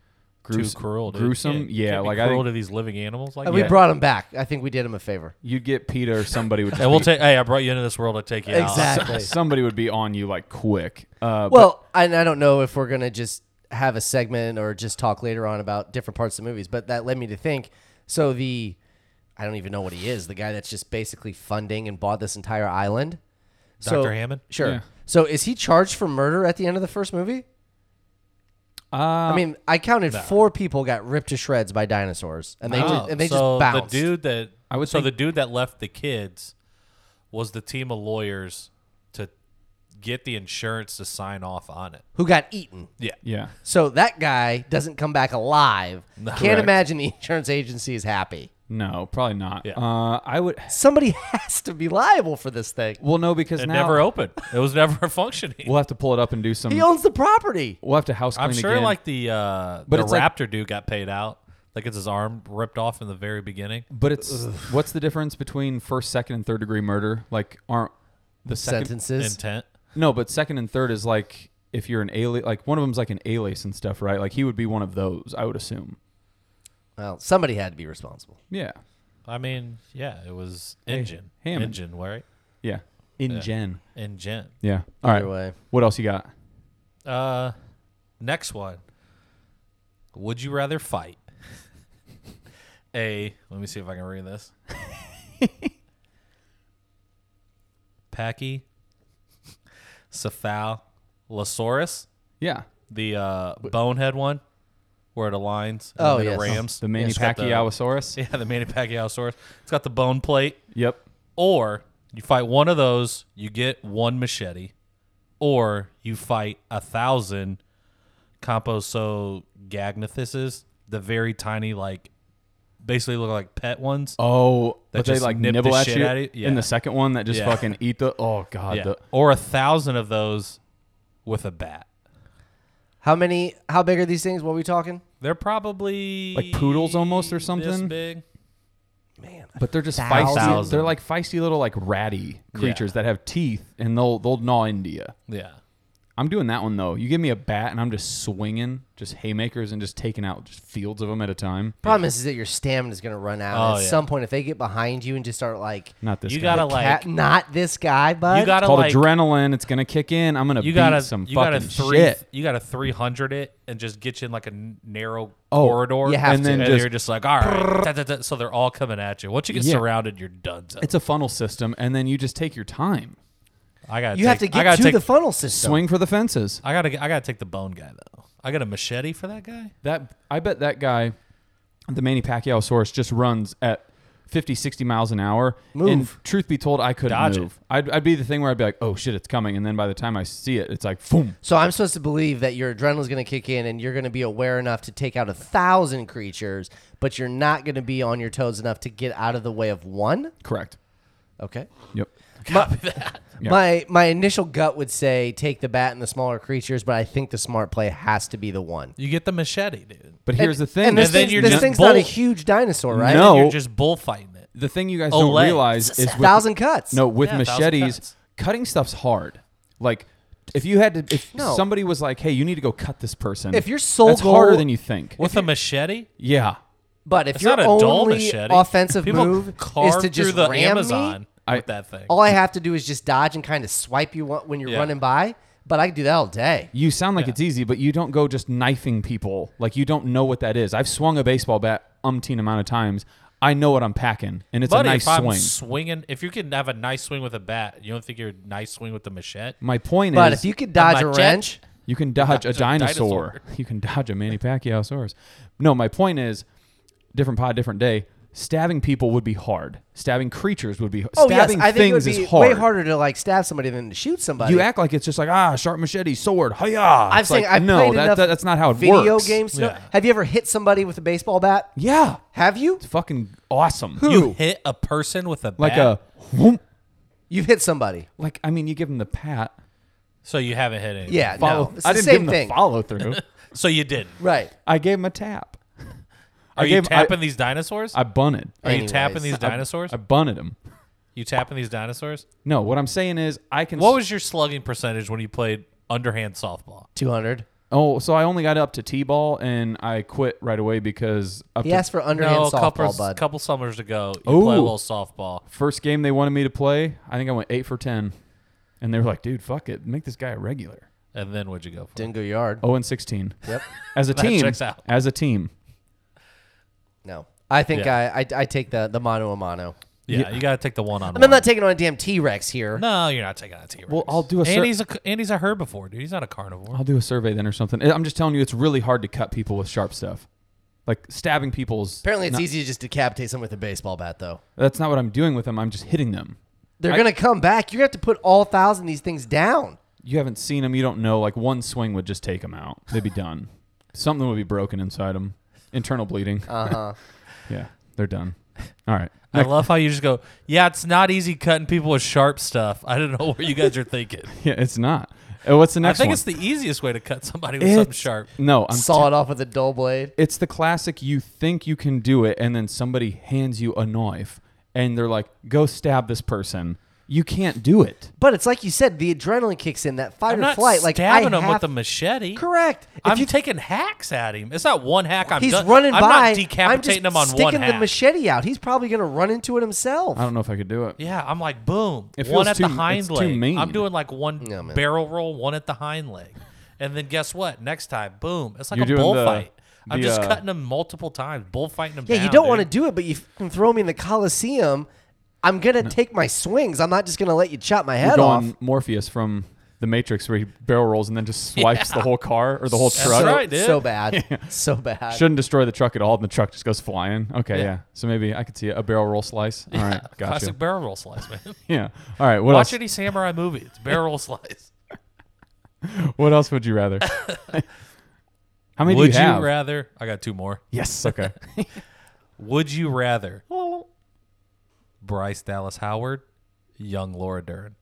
Too grues- cruel. Dude. gruesome. Can't- yeah, can't be like I cruel think to these living animals. Like And that. we brought him back. I think we did him a favor. you'd get PETA or somebody would. Just And we'll be- take. Hey, I brought you into this world. I take you out. Exactly. somebody would be on you like quick. Uh, Well, I, I don't know if we're gonna just. have a segment or just talk later on about different parts of the movies. But that led me to think. So the, I don't even know what he is. The guy that's just basically funding and bought this entire island. Dr. Hammond? Sure. Yeah. So is he charged for murder at the end of the first movie? Uh, I mean, I counted four people got ripped to shreds by dinosaurs, and they Oh, just, and they just so bounced. The dude that I would so think- the dude that left the kids was the team of lawyers to get the insurance to sign off on it. who got eaten. Yeah. yeah. So that guy doesn't come back alive. Can't Correct. imagine the insurance agency is happy. No, probably not. Yeah. Uh, I would. Somebody has to be liable for this thing. Well, no, because It now never opened. It was never functioning. we'll have to pull it up and do some. Hmm. He owns the property. We'll have to house clean I'm sure again. like the uh But the it's like- raptor dude got paid out. Like it's his arm ripped off in the very beginning. but it's what's the difference between first, second, and third degree murder? Like, aren't the second? Sentences. Intent. No, but second and third is like if you're an alias, like one of them's like an alias and stuff, right? Like he would be one of those, I would assume. well, somebody had to be responsible. Yeah, I mean, yeah, it was engine. Hammond. Engine, right? yeah. In gen. Engine. Yeah. All right. Either way. What else you got? Uh, next one. Would you rather fight a? Let me see if I can read this. Pachy, Cephalosaurus, Yeah. the uh, bonehead one, where it aligns. in the Oh, middle yes. Rams. The Manny It's got the- Pacquiaosaurus. Yeah, the Manny Pacquiaosaurus. It's got the bone plate. Yep. Or you fight one of those, you get one machete. Or you fight a thousand Composogagnathus, the very tiny, like, basically look like pet ones. Oh, That but they just like nip the nibble at shit you out of you? Yeah. in the second one that just Yeah. fucking eat the. Oh god. yeah. The, Or a thousand of those with a bat. How many? How big are these things? What are we talking? They're probably Like poodles almost or this something? big. Man, but they're just feisty. Thousand. They're like feisty little like ratty creatures that have teeth and they'll they'll gnaw into you. Yeah. I'm doing that one though. You give me a bat and I'm just swinging, just haymakers and just taking out just fields of them at a time. problem is, is that your stamina is going to run out Oh, at yeah. some point if they get behind you and just start like, Not this. you guy. gotta It's like "Cat- not this guy, bud. you gotta called like adrenaline. It's gonna kick in. I'm gonna you beat gotta some you fucking gotta three shit. you gotta three hundred it and just get you in like a n- narrow Oh, corridor. you have and to. then and just you're just like, all right, da, da, da. so they're all coming at you. Once you get Yeah. surrounded, you're done. it's a funnel system, and then you just take your time. I gotta. you take, have to I get gotta to take, the funnel system. Swing for the fences. I gotta. I gotta take the bone guy though. I got a machete for that guy. That I bet that guy, the Manny Pacquiao source, just runs at 50, 60 miles an hour. Move. And truth be told, I couldn't Dodge it. move. I'd, I'd be the thing where I'd be like, oh shit, it's coming, and then by the time I see it, it's like, boom. So I'm supposed to believe that your adrenaline's going to kick in and you're going to be aware enough to take out a thousand creatures, but you're not going to be on your toes enough to get out of the way of one. Correct. Okay. Yep. Yeah. My my initial gut would say take the bat and the smaller creatures, but I think the smart play has to be the one. You get the machete, dude. But here's the thing. And this, And then thing's, you're this just thing's not a bolt. huge dinosaur, right? No. You're just bullfighting it. the thing you guys Oh, don't legs. realize is with, thousand cuts. No, with Yeah, thousand machetes, cuts. cutting stuff's hard. Like if you had to, if No. somebody was like, "Hey, you need to go cut this person," If your sole that's goal- harder than you think. With a machete, yeah, But if it's your not a dull only machete. offensive People move is carve to just through the ram Amazon me, I- with that thing. all I have to do is just dodge and kind of swipe you when you're Yeah. running by. But I can do that all day. you sound like it's easy, but you don't go just knifing people. Like you don't know what that is. I've swung a baseball bat umpteen amount of times. I know what I'm packing, and it's Buddy, a nice if I'm swing. swinging, if you can have a nice swing with a bat, you don't think you're a nice swing with the machete? My point But is, if you could dodge a machete. wrench, You can dodge a dodge a dinosaur. dinosaur. You can dodge a Manny Pacquiaosaurus. No, my point is, different pod, different day. Stabbing people would be hard. Stabbing creatures would be. oh yes, stabbing I think it would things be is hard. way harder to like stab somebody than to shoot somebody. You act like it's just like ah, sharp machete, sword, hiya. I've It's seen. like, I've no, played that, enough that- that's not how it video works. games. to know- Yeah. Have you ever hit somebody with a baseball bat? Yeah, Have you? it's fucking awesome. You hit a person with a like a bat. whoomp. You've hit somebody. like I mean, you give them the pat. So you haven't hit anything. Yeah. Follow. no, it's I the didn't same give them thing. the follow through. So you didn't. right. I gave them a tap. Are I you gave, tapping these dinosaurs? I, I bunted. Are you Anyways. tapping these I- dinosaurs? I bunted them. you tapping these dinosaurs? No, what I'm saying is I can. What was your slugging percentage when you played underhand softball? Two hundred. Oh, so I only got up to T-ball and I quit right away because up He to asked for underhand No, a softball, couple, bud. couple summers ago, you play a Ooh. little softball. first game they wanted me to play, I think I went 8 for 10. And they were like, "Dude, fuck it. Make this guy a regular." And then what'd you go for? Dingo Yard. 0 and 16. Yep. As a That team, checks out. as a team, No. I think Yeah. I, I I take the the mono a mono. yeah, you gotta take the one on I one. mean, I'm not taking on a damn T Rex here. no, you're not taking that T-Rex. Well, I'll do a cer- Oh, Andy's a c- Andy's a herbivore, dude. He's not a carnivore. I'll do a survey then or something. I'm just telling you, it's really hard to cut people with sharp stuff. Like stabbing people's. Apparently, it's not- easy to just decapitate someone with a baseball bat, though. That's not what I'm doing with them. I'm just hitting them. They're I- gonna come back. You're gonna have to put all thousand of these things down. You haven't seen them. You don't know. Like one swing would just take them out. They'd be done. Something would be broken inside them. Internal bleeding. Uh Uh-huh. huh. Yeah, they're done. All right. I love how you just go, yeah, it's not easy cutting people with sharp stuff. I don't know what you guys are thinking. Yeah, it's not. Uh, what's the I next think one? it's the easiest way to cut somebody with something It's- sharp. No, I'm Saw it off with a dull blade. it's the classic you think you can do it and then somebody hands you a knife and they're like go stab this person you can't do it But it's like you said, the adrenaline kicks in. That fight I'm or not flight. Like I stabbing him have, with a machete. correct. If I'm you, taking hacks at him. It's not one hack. I'm he's done. running I'm by. not I'm decapitating just him on sticking one hack. the machete out. He's probably gonna run into it himself. i don't know if i could do it yeah, I'm like boom. It feels One at too- the it's hind too leg. mean. I'm doing like one No, man. barrel roll, one at the hind leg, and then guess what? Next time, boom. It's like You're a doing the- bullfight. I'm the, just uh, cutting him multiple times, bullfighting him. Yeah, you down, don't dude. want to do it, but you can throw me in the Coliseum. I'm gonna take my swings. I'm not just gonna let you chop my We're head off. going morpheus from the matrix where he barrel rolls and then just swipes the whole car or the whole That's truck so, right, dude. so bad, so bad. shouldn't destroy the truck at all and the truck just goes flying okay yeah, Yeah. so maybe i could see a barrel roll slice all right gotcha Classic barrel roll slice, man. yeah all right what Watch else any samurai movie. It's barrel roll slice. e- what else would you rather how many Would do you have rather? I got two more. yes okay Would you rather Bryce Dallas Howard, young Laura Dern?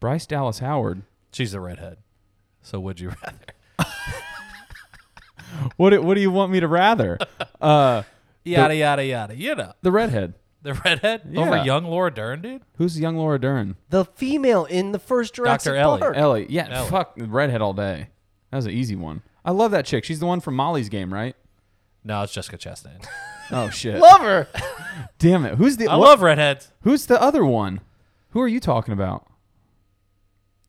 bryce dallas howard She's a redhead. So would you rather? what do, what do you want me to rather uh Yada yada yada. You know the redhead the redhead Yeah. over young Laura Dern, dude. who's young laura dern The female in the first Jurassic Dr. Ellie. Park. Ellie. Yeah, Ellie. fuck redhead all day. That was an easy one. I love that chick. She's the one from Molly's game, right? No, it's Jessica Chastain. Oh shit. Love her. Damn it. Who's the I love redheads. Who's the other one? Who are you talking about?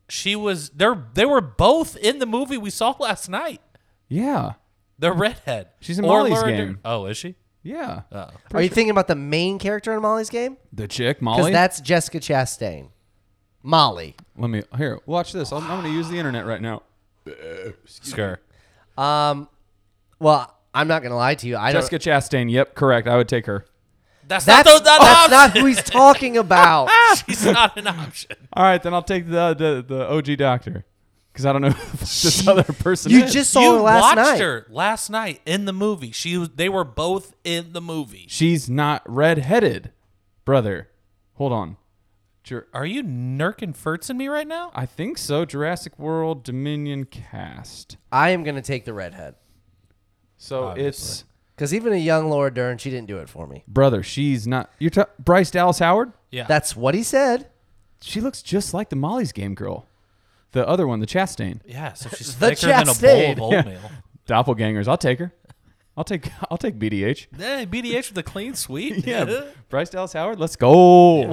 She was they they were both in the movie we saw last night. Yeah. The redhead. She's in Or Molly's Laura Game. Dern. Oh, is she? Yeah. Oh. Are you thinking about the main character in Molly's game? The chick, Because Molly. that's Jessica Chastain. Molly. Let me here. Watch this. I'm, I'm going to use the internet right now. Skur. Um, well, I'm not gonna lie to you. I don't. Jessica Chastain. Yep, correct. I would take her. That's, That's, not the, not an that's option. not who he's talking about. She's not an option. All right, then I'll take the the, the OG doctor because I don't know who this other person. you is. just saw you her last watched night. her last night in the movie. She was, they were both in the movie. she's not redheaded, brother. Hold on. Jer- Are you nurking Furtzing me right now? I think so. Jurassic World Dominion cast. I am gonna take the redhead So it's because even a young Laura Dern, she didn't do it for me. brother. She's not. You're ta- Bryce Dallas Howard. Yeah. That's what he said. She looks just like the Molly's Game girl, the other one, the Chastain yeah, so she's The thicker than a bowl Chastain. of oatmeal. doppelgangers. I'll take her. I'll take. I'll take BDH. Hey, BDH with a clean sweep. Yeah, Bryce Dallas Howard. Let's go.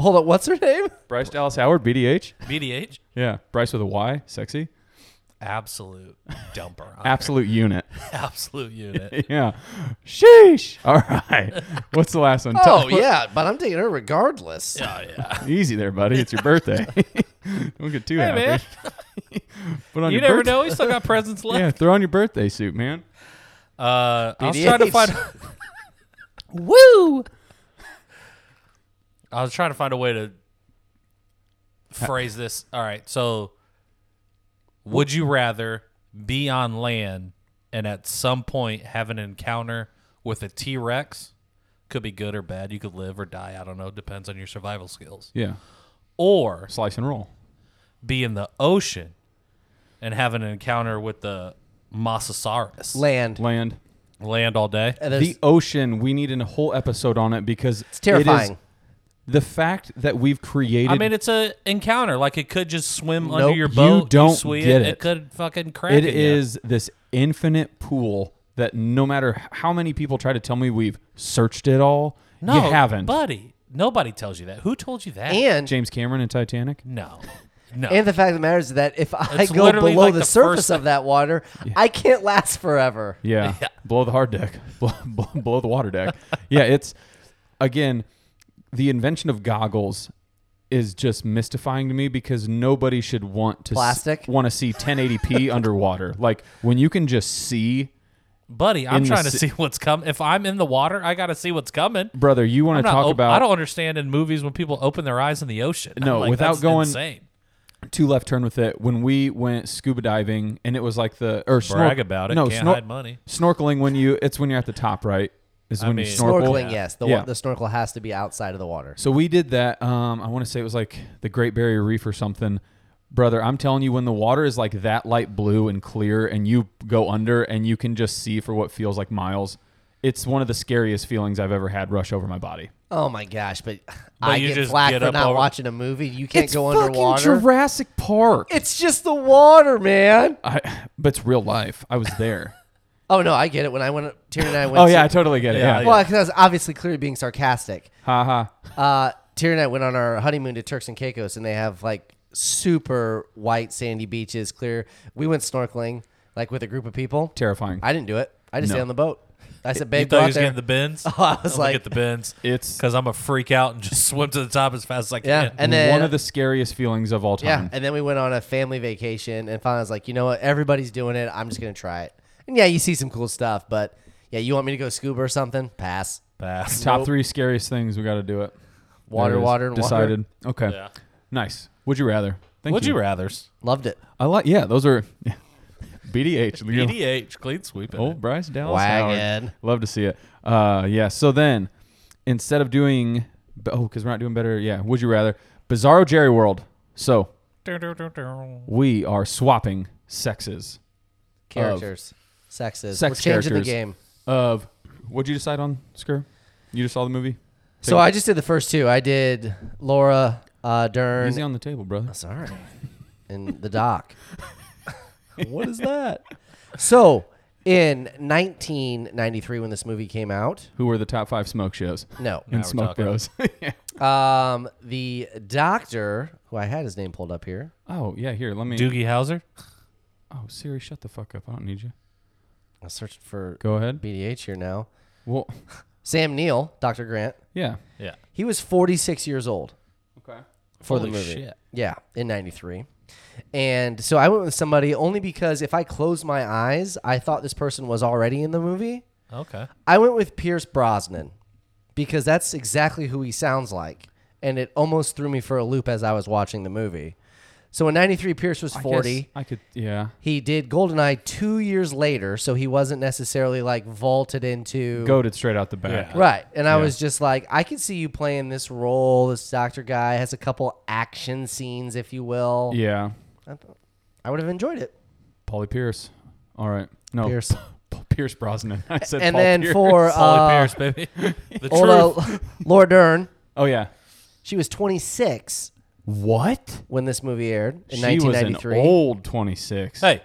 Hold on, what's her name? Bryce Dallas Howard, BDH. BDH, Yeah, Bryce with a Y, sexy, absolute dumper. I'm absolute unit. absolute unit. Yeah, sheesh. All right, what's the last one? Oh yeah, but I'm taking her regardless. Oh, yeah. easy there, buddy. It's your birthday. Don't get too happy. man. Put on You your never birthday- know. He's still got presents Yeah, left. throw on your birthday suit, man. Uh, I was BDH. trying to find. Woo! I was trying to find a way to phrase this. All right, so would you rather be on land and at some point have an encounter with a T Rex? Could be good or bad. You could live or die. I don't know. Depends on your survival skills. Yeah, Or slice and roll. be in the ocean and have an encounter with the Mosasaurus. Land. Land. land all day. And there's- The ocean. We need a whole episode on it because it's terrifying. the fact that we've created. I mean, it's a encounter. Like it could just swim Nope. under your You boat. don't swim, get it. It could fucking crack. it in ya. is this infinite pool that no matter h- how many people try to tell me we've searched it all, No, you haven't. buddy. Nobody tells you that. Who told you that? and James Cameron and Titanic. no, No. And the fact of the matter is that if I It's go literally below like the, the surface first- of that water, I can't last forever. Yeah. Yeah. Blow the hard deck. Blow, blow, blow the water deck. yeah, it's again the invention of goggles is just mystifying to me because nobody should want to Plastic? want to see 1080p underwater. Like when you can just see, buddy. I'm the trying to si- see what's coming. If I'm in the water, I got to see what's coming. brother, you want I'm to not talk op- I about don't understand in movies when people open their eyes in the ocean. No, Like, without that's going- insane. two left turn with it when we went scuba diving and it was like the or snor- Brag about it. No, Can't snor- hide money. snorkeling when you it's when you're at the top right is when mean- you snorkel. Snorkeling, yes. The, wa- Yeah. the snorkel has to be outside of the water. So we did that. Um, I want to say it was like the Great Barrier Reef or something. Brother, I'm telling you, when the water is like that light blue and clear, and you go under and you can just see for what feels like miles, it's one of the scariest feelings I've ever had rush over my body. Oh my gosh, but, I you get just flack get for up not over- watching a movie. You can't it's go fucking underwater. Jurassic Park. it's just the water, man. I, but it's real life. I was there. Oh no, I get it. When I went, Tyrion and I went. oh yeah, I to, totally get it. Yeah, Yeah, well, because I was obviously clearly being sarcastic. ha ha. Uh, Tyrion and I went on our honeymoon to Turks and Caicos, and they have like super white sandy beaches, clear. We went snorkeling like with a group of people. Terrifying. I didn't do it. I just No. stayed on the boat. I said, You "Babe, thought go he out was there." getting the bins? Oh, I was I'm gonna like- get the bins. It's- because I'm a freak out and just swim to the top as fast as I can. yeah, and then one of the scariest feelings of all yeah, time. and then we went on a family vacation, and finally I was like, you know what? Everybody's doing it. I'm just gonna try it. And yeah, you see some cool stuff, but yeah, you want me to go scuba or something? Pass. Pass. Top three scariest things. We got to do it. Water, There it is. water, and Decided. water. Okay. Yeah. Nice. Would you rather? Thank Would you you rather's? Loved it. I like. Yeah, those are BDH. you know. EDH E clean sweeping. Oh, Oh, Bryce Dallas Wagon. Howard. Love to see it. Uh, yeah. So then, instead of doing, oh, because we're not doing better. Yeah. Would you rather Bizarro Jerry World? So we are swapping sexes Characters, sexes. Sex We're changing characters. the game. of. What'd you decide on, Skur? You just saw the movie. So I just did the first two. I did Laura uh, Dern. Easy on the table, brother. Sorry. In the dock. What is that? So in 1993, when this movie came out, Who were the top five smoke shows? no, And we're Smoke talking. Bros. Yeah. um, the doctor who I had his name pulled up here. Oh yeah, here. Let me. Doogie Howser. Oh Siri, shut the fuck up. I don't need you. I searched for Go ahead. BDH here now. Well, Sam Neill, Dr. Grant. yeah. Yeah. He was 46 years old Okay. for Holy the movie. shit. Yeah, in 93. And so I went with somebody only because if I closed my eyes, I thought this person was already in the movie. Okay. I went with Pierce Brosnan because that's exactly who he sounds like. And it almost threw me for a loop as I was watching the movie. So in 93, Pierce was 40. I, could. Yeah. He did Goldeneye two years later, so he wasn't necessarily like vaulted into. Goaded straight out the back. Yeah. Right. And I Yeah. was just like, I could see you playing this role. This doctor guy has a couple action scenes, if you will. Yeah. I, thought- I would have enjoyed it. Paulie Pierce. All right. No. Pierce. P- Pierce Brosnan. I said and Paul then Pierce. for Polly uh, Pierce, baby. The old, truth. uh, Laura Dern, Oh yeah. she was 26 What? when this movie aired in She was an 1993. old 26. Hey,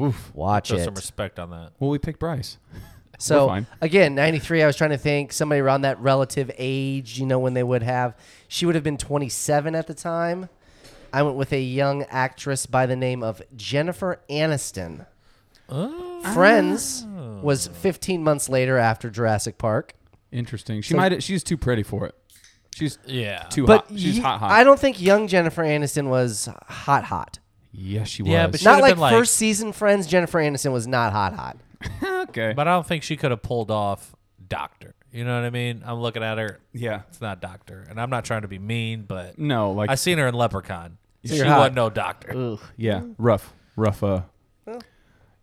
Oof. Watch show it. some respect on that. Well, we picked Bryce. we're So fine. again, 93, I was trying to think somebody around that relative age, you know, when they would have. She would have been 27 at the time. I went with a young actress by the name of Jennifer Aniston. Oh. Friends Oh. was 15 months later after Jurassic Park. Interesting. She might. She's too pretty for it. She's Yeah. too But hot. She's ye- hot. Hot. I don't think young Jennifer Aniston was hot hot. yeah, she was. Yeah, but Not have like, been like- first season Friends. Jennifer Aniston was not hot hot. okay. But I don't think she could have pulled off Doctor. You know what I mean? I'm looking at her. yeah. It's not Doctor. And I'm not trying to be mean, but No. Like. I seen her in Leprechaun. So she you're hot. wasn't no doctor. yeah. Rough. Rough. Uh.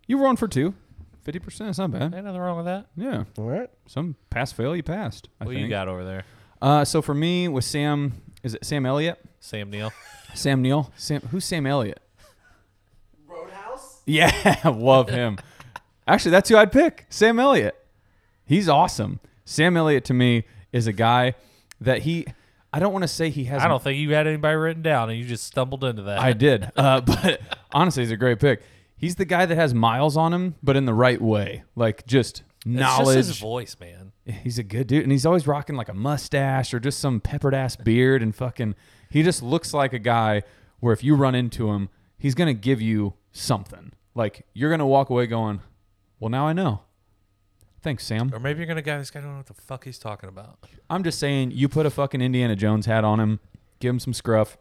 You were on for two. Fifty percent. It's not bad. Ain't nothing wrong with that. Yeah. All right. Some pass fail. You passed. I What think. you got over there? Uh, so for me, with Sam, is it Sam Elliott? Sam Neil. Sam Neill? Sam, who's Sam Elliott? Roadhouse. Yeah, love him. Actually, that's who I'd pick. Sam Elliott. He's awesome. Sam Elliott to me is a guy that he. I don't want to say he has. I don't think you had anybody written down, and you just stumbled into that. I did, uh, but honestly, he's a great pick. He's the guy that has miles on him, but in the right way, like just it's knowledge. just his voice, man. he's a good dude and he's always rocking like a mustache or just some peppered ass beard and fucking he just looks like a guy where if you run into him, he's going to give you something. Like you're going to walk away going, well, now I know. Thanks, Sam. Or maybe you're gonna guy this guy don't know what the fuck he's talking about. I'm just saying, you put a fucking Indiana Jones hat on him, give him some scruff,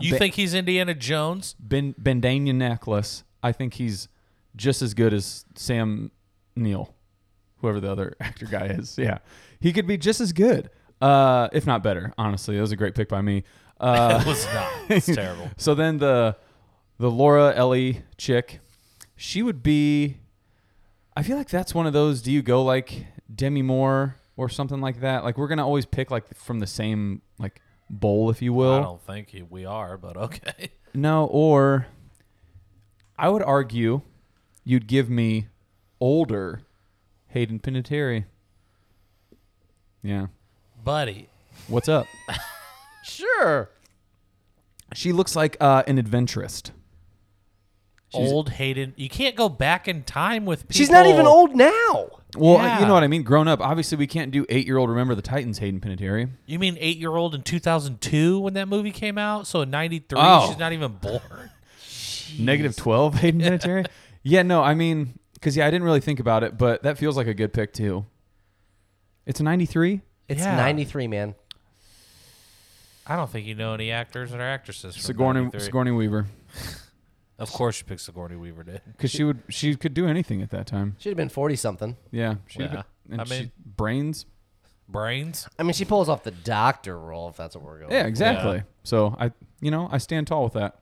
You bet- think he's Indiana Jones? ben, bandana necklace. I think he's just as good as Sam Neill, whoever the other actor guy is. Yeah, he could be just as good, uh, if not better. Honestly, that was a great pick by me. Uh, It was not. It's terrible. so then the the Laura Ellie chick, she would be. I feel like that's one of those. Do you go like Demi Moore or something like that? Like we're gonna always pick like from the same like bowl, if you will. I don't think he, we are, but okay. No, or I would argue you'd give me older Hayden Panettiere. Yeah. Buddy, What's up? sure. She looks like uh, an adventurist. old Hayden, you can't go back in time with people. She's not even old now. Well, uh, you Yeah. know what I mean. Grown up, obviously, we can't do eight-year-old. Remember the Titans, Hayden Panettiere. You mean eight year old in 2002 when that movie came out? So in 93, Oh. she's not even born. Negative twelve, Hayden Panettiere. yeah, no, I mean, because yeah, I didn't really think about it, but that feels like a good pick too. It's a ninety-three. It's Yeah. 93, man. I don't think you know any actors or actresses. From Sigourney 93. Sigourney Weaver. Of course, you picked Sigourney Weaver, did. because she would she could do anything at that time. She'd have been 40 something. Yeah, she Yeah. and I she- mean- brains. Brains. I mean, she pulls off the doctor role if that's what we're going. Yeah, exactly. So I you know I stand tall with that.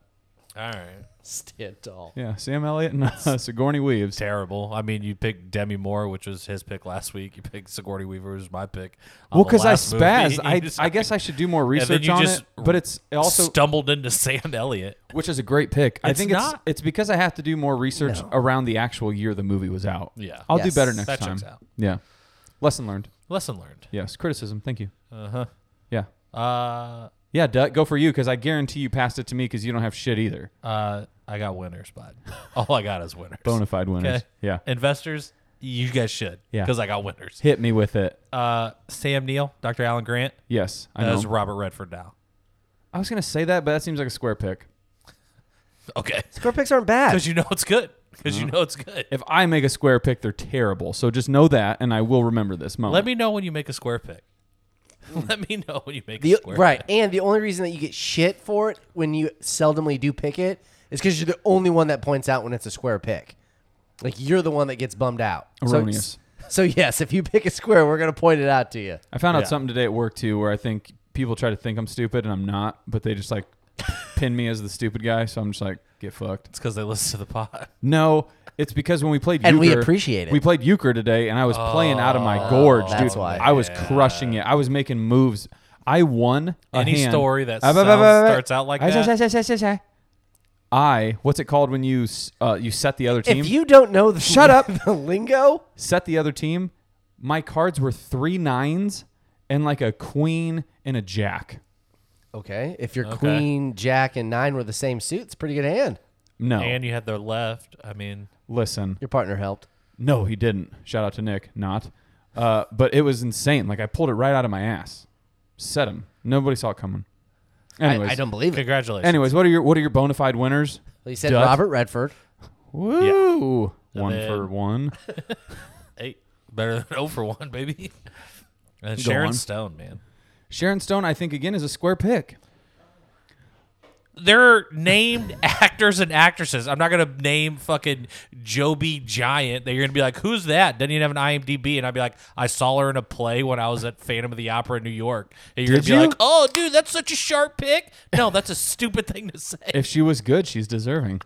All right. Stand tall. Yeah, Sam Elliott and uh, Sigourney Weaves. Terrible. I mean, you picked Demi Moore, which was his pick last week. You picked Sigourney Weaver, which was my pick. on Well, the because I last movie. spaz, You I just I guess I should do more then research you on just it. But it's also stumbled into Sam Elliott. which is a great pick. I It's think it's not. it's because I have to do more research around the actual year the movie was out. Yeah. I'll Yes. do better next That time. checks out. Yeah, lesson learned. Lesson learned. Yes, criticism. Thank you. Uh-huh. Yeah. Uh Yeah, Duck, go for you because I guarantee you passed it to me because you don't have shit either. uh I got winners, bud. All I got is winners. Bona fide winners. Okay. Yeah. Investors, you guys should. Yeah. Because I got winners. Hit me with it. Uh Sam Neill, Dr. Alan Grant, Yes, I know. as Robert Redford now. I was gonna say that, but that seems like a square pick. Okay. Score picks aren't bad. Because you know it's good. Because you know it's good. Uh-huh. If I make a square pick, they're terrible. So just know that, and I will remember this moment. Let me know when you make a square pick. Let me know when you make The, a square right, and the only reason that you get shit for it when you seldomly do pick it is because you're the only one that points out when it's a square pick. Like you're the one that gets bummed out. So- Erroneous. So, yes, if you pick a square, we're gonna point it out to you. I found out Yeah. something today at work too, where I think people try to think I'm stupid, and I'm not, but they just like pin me as the stupid guy. So I'm just like, get fucked. It's because they listen to the pod. No, it's because when we played And we euchre, appreciate it. Oh, We played euchre today, and I was playing out of my gorge, dude. that's why. I was crushing it. I was making moves. I won a Any hand. story that Ah, bah, sounds- bah, bah, bah. starts out like Ah, that? ah, ah, ah, ah, ah. I what's it called when you s- uh, you set the other team? If you don't know the Shut up. the lingo, set the other team, my cards were three nines and like a queen and a jack. okay. If your queen, jack, and nine were the same suit, it's a pretty good hand. No. And you had their left. I mean, Listen. Your partner helped. No, he didn't. Shout out to Nick. Not. Uh, but it was insane. Like I pulled it right out of my ass. Set him. Nobody saw it coming. I- Anyways. I, don't believe it. congratulations. Anyways, what are your what are your bona fide winners? Well, you said Dutch. Robert Redford. Woo! One then- for one. Hey, better than 0 for 1, baby. And Go Sharon on. Stone, man. Sharon Stone, I think again is a square pick. They're named actors and actresses. I'm not gonna name fucking Joby Giant. That you're gonna be like, who's that? Doesn't even have an IMDb, and I'd be like, I saw her in a play when I was at Phantom of the Opera in New York. And you're Did gonna be you? like, oh, dude, that's such a sharp pick. No, that's a stupid thing to say. If she was good, she's deserving.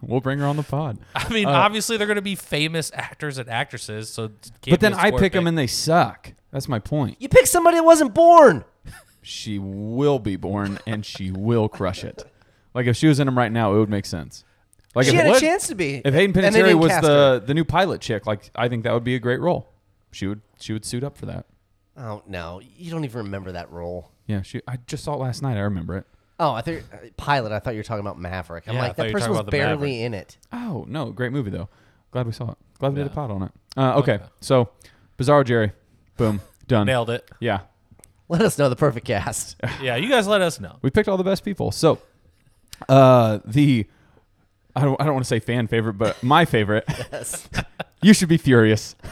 we'll bring her on the pod. I mean, obviously they're gonna be famous actors and actresses. So, it can't But then be a I square pick them and they suck. That's my point. You picked somebody that wasn't born. she will be born and she will crush it. Like if she was in him right now, it would make sense. Like She if, had a what- chance to be. if Hayden and they Panettiere didn't was cast her. the the new pilot chick, like I think that would be a great role. She would she would suit up for that. Oh no, you don't even remember that role. Yeah, she. I just saw it last night. I remember it. Oh, I think uh, pilot. I thought you were talking about Maverick. I'm Yeah, I like thought that you were person talking was about the barely in it. Oh no, great movie though. Glad we saw it. Glad we did a pod on it. Uh, okay, so Bizarro Jerry, boom, done. Nailed it. Yeah, Let us know the perfect cast. Yeah, you guys let us know. we picked all the best people. So Uh, the I don't I don't want to say fan favorite, but my favorite. Yes. you should be furious.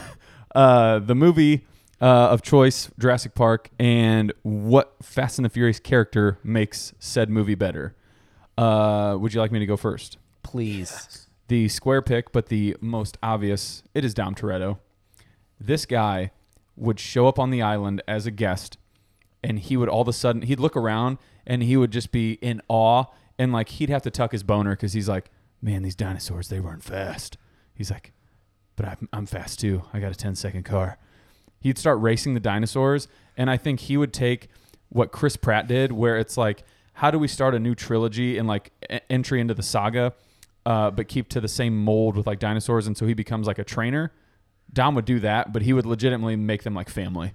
Uh, the movie uh, of choice, Jurassic Park, and what Fast and the Furious character makes said movie better. Uh, would you like me to go first? Please. the square pick, but the most obvious, it is Dom Toretto. This guy would show up on the island as a guest, and he would all of a sudden he'd look around and he would just be in awe, and like he'd have to tuck his boner because he's like, "Man, these dinosaurs they run fast." He's like, "But I'm, I'm fast too. I got a 10 second car." He'd start racing the dinosaurs, and I think he would take what Chris Pratt did, where it's like, "How do we start a new trilogy and like e- entry into the saga?" uh, but keep to the same mold with like dinosaurs, and so he becomes like a trainer. Dom would do that, but he would legitimately make them like family.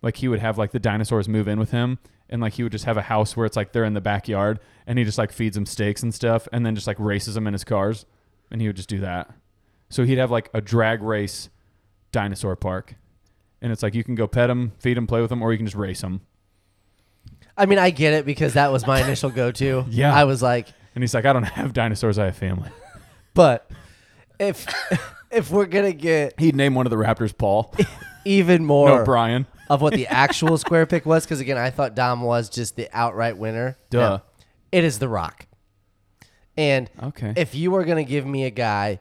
Like he would have like the dinosaurs move in with him, and like he would just have a house where it's like they're in the backyard, and he just like feeds them steaks and stuff, and then just like races them in his cars, and he would just do that. So he'd have like a drag race dinosaur park, and it's like you can go pet them, feed them, play with them, or you can just race them. I mean, I get it because that was my initial go-to. Yeah. I was like, And he's like, I don't have dinosaurs, I have family. but if if we're gonna get He'd name one of the raptors Paul, even more no Brian. of what the actual square pick was because again i thought dom was just the outright winner Duh. No, it is the rock and Okay. if you are going to give me a guy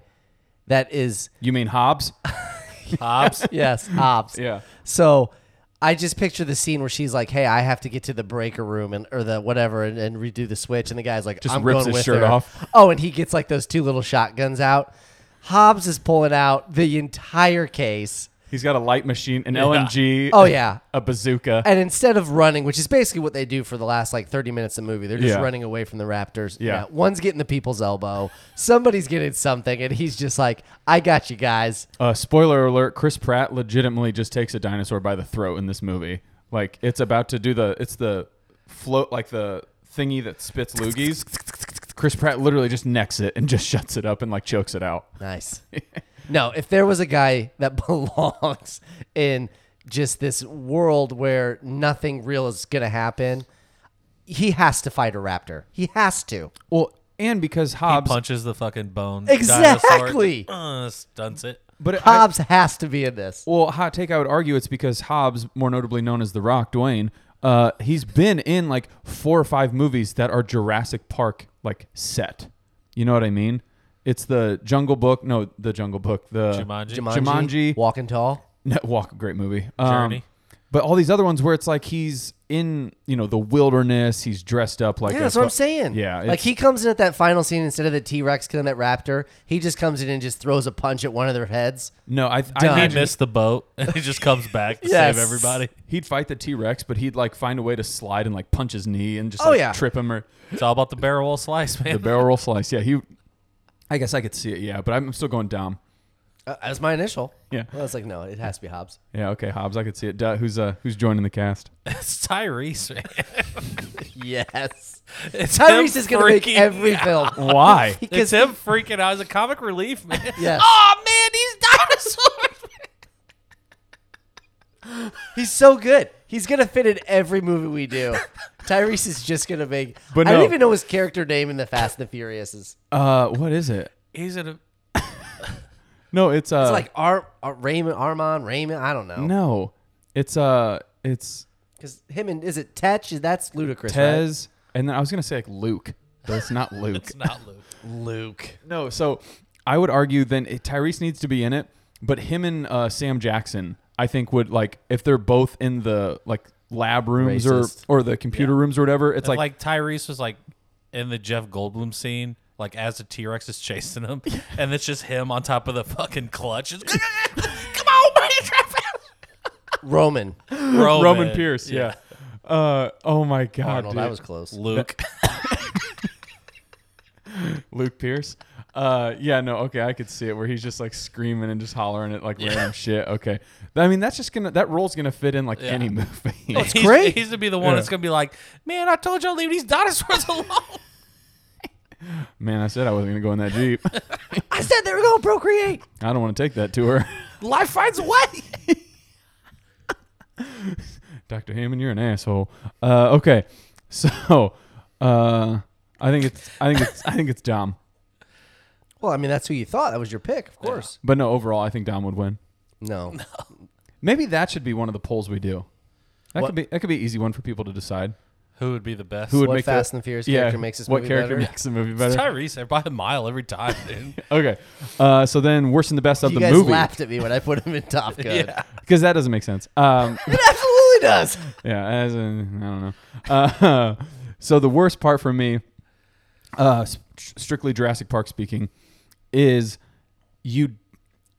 that is You mean Hobbs? Hobbs. yes hobbs Yeah. so i just picture the scene where she's like hey i have to get to the breaker room and or the whatever and, and redo the switch and the guy's like Just i'm rips going his with shirt her." off. oh and he gets like those two little shotguns out hobbs is pulling out the entire case He's got a light machine, an LMG. Oh, yeah. a bazooka. And instead of running, which is basically what they do for the last like 30 minutes of the movie, they're just Yeah. running away from the Raptors. Yeah. One's getting the people's elbow, somebody's getting something, and he's just like, I got you guys. Uh, spoiler alert: Chris Pratt legitimately just takes a dinosaur by the throat in this movie. Like it's about to do the it's the float like the thingy that spits loogies. Chris Pratt literally just necks it and just shuts it up and like chokes it out. Nice. no, if there was a guy that belongs in just this world where nothing real is going to happen, he has to fight a Raptor. He has to. Well, and because He Hobbs, punches the fucking bone. Exactly. Dinosaur, uh, stunts it. but I- Hobbs has to be in this. Well, hot take. I would argue it's because Hobbs, more notably known as The Rock, Dwayne, uh, he's been in like four or five movies that are Jurassic Park like set. You know what I mean? It's the Jungle Book. No, the Jungle Book. The Jumanji. Jumanji. Walking Tall. No, Walk, great movie. Um, Journey. But all these other ones where it's like he's in, you know, the wilderness. He's dressed up like. Yeah, a that's what I'm fu- saying. Yeah, like it's- he comes in at that final scene instead of the T Rex killing that raptor, he just comes in and just throws a punch at one of their heads. No, I, I Done. He imagine missed the boat and he just comes back to Yes. save everybody. he'd fight the T Rex, but he'd like find a way to slide and like punch his knee and just Oh, like, yeah. trip him or It's all about the barrel roll slice, man. the barrel roll slice. Yeah, he. I guess I could see it. Yeah, but I'm still going Dom. Uh, that's my initial. Yeah. I was like, no, it has to be Hobbs. Yeah. Okay, Hobbs. I could see it. Duh, who's uh who's joining the cast? it's Tyrese, man. yes. It's Tyrese him is gonna make freaking- every film. Why? Because It's him freaking out. He's a comic relief, man. Yes. Oh, man, these dinosaurs. he's so good. He's gonna fit in every movie we do. Tyrese is just gonna make But I don't no. even know his character name in the Fast and the Furious is Uh, what is it? He's in a. No, it's uh. it's like Ar, Ar- Raymond Armand Raymond, I don't know. no, it's uh, it's Because him and is it Tetch? That's ludicrous. Tez, and then I was gonna say like Luke, but it's not Luke. It's not Luke. right? Luke. No, so I would argue then it, Tyrese needs to be in it, but him and uh, Sam Jackson, I think would like if they're both in the like lab rooms Racist. or or the computer rooms or whatever. It's Like, like, Tyrese was like in the Jeff Goldblum scene, like as the T Rex is chasing him, and it's just him on top of the fucking clutch. It's- Come on, man, try fast. Roman. Roman, Roman Pierce. Yeah. Uh, oh my God, Arnold, dude. that was close. Luke. Luke Pierce. Uh, yeah, no, okay, I could see it where he's just like screaming and just hollering at like random shit. Okay, I mean that's just gonna that role's gonna fit in like any movie. he's, Oh, great. He's gonna be the one that's gonna be like, man, I told y'all leave these dinosaurs alone. Man, I said I wasn't gonna go in that jeep. I said they were going to procreate. I don't want to take that tour. Life finds a way. Dr. Hammond, you're an asshole. Uh, okay, so uh, I think it's I think it's I think it's Dom. Well, I mean, that's who you thought. That was your pick, of course. But no, overall, I think Dom would win. No. Maybe that should be one of the polls we do. That What- could be that could be an easy one for people to decide. Who would be the best? Who would What make Fast the, and the Furious yeah, character makes this what movie character better? makes the movie It's better? Tyrese eh, by a mile every time, dude. Okay, uh, so then worst and the best of You the guys movie laughed at me when I put him in Top Gun. yeah. because that doesn't make sense. Um, It absolutely does. yeah, as in, I don't know. Uh, so the worst part for me, uh, s- strictly Jurassic Park speaking, is you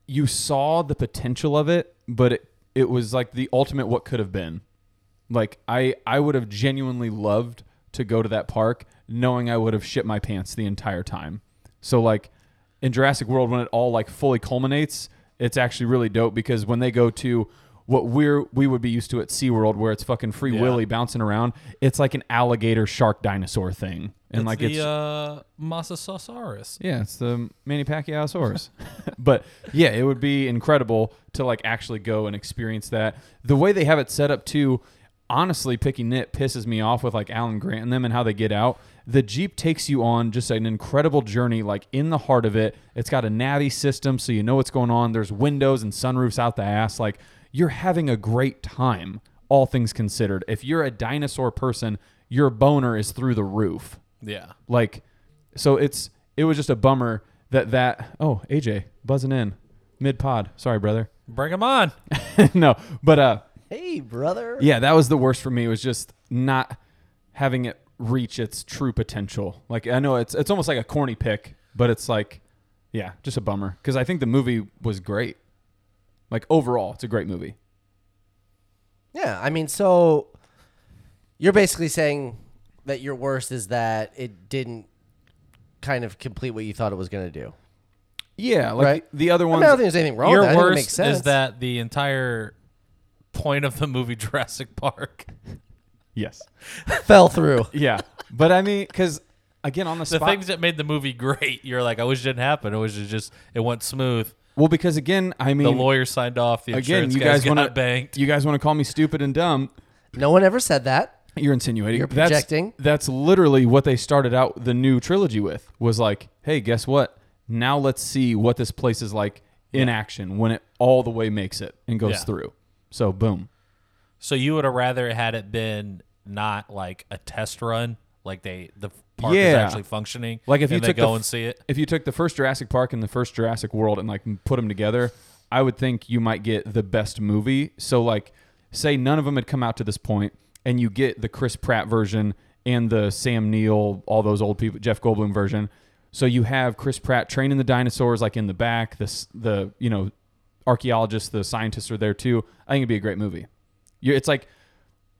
you saw the potential of it, but it it was like the ultimate what could have been. Like I I would have genuinely loved to go to that park, knowing I would have shit my pants the entire time. So like in Jurassic World, when it all like fully culminates, it's actually really dope because when they go to what we're we would be used to at SeaWorld where it's fucking free Yeah. willy bouncing around, it's like an alligator shark dinosaur thing. And It's like the it's uh, Mosasaurus. yeah, it's the Manny Pacquiao Saurus. but yeah, it would be incredible to like actually go and experience that. The way they have it set up too, honestly, picking nit pisses me off with like Alan Grant and them and how they get out. The Jeep takes you on just an incredible journey, like in the heart of it. It's got a navy system, so you know what's going on. There's windows and sunroofs out the ass. Like you're having a great time, all things considered. If you're a dinosaur person, your boner is through the roof. Yeah. Like, so it's it was just a bummer that that oh AJ buzzing in mid pod. Sorry, brother. Bring him on. no, but uh, Hey, brother. yeah, that was the worst for me. Was just not having it reach its true potential. Like I know it's it's almost like a corny pick, but it's like yeah, just a bummer because I think the movie was great. Like overall, it's a great movie. Yeah, I mean, so you're basically saying that your worst is that it didn't kind of complete what you thought it was going to do. Yeah, like Right. the other I, mean, ones. I don't think there's anything wrong Your with that. I think it makes worst sense. is that the entire point of the movie Jurassic Park. yes. fell through. Yeah, but I mean, because again, on the, The spot, things that made the movie great, you're like, I wish it didn't happen. I wish it just it went smooth. well, because again, I mean, The lawyer signed off. The again, insurance you guys got want to banked. You guys want to call me stupid and dumb? No one ever said that. You're insinuating. You're That's- projecting. That's, literally what they started out the new trilogy with. Was like, hey, guess what? Now let's see what this place is like in action when it all the way makes it and goes Yeah. through. So boom. So you would have rather had it been not like a test run, like they the park is Yeah. actually functioning. Like if you and took they go the f- and see it. If you took the first Jurassic Park and the first Jurassic World and like put them together, I would think you might get the best movie. So like, say none of them had come out to this point, and you get the Chris Pratt version and the Sam Neill, all those old people, Jeff Goldblum version. So you have Chris Pratt training the dinosaurs like in the back. This the you know archaeologists, the scientists are there too. I think it'd be a great movie. you it's like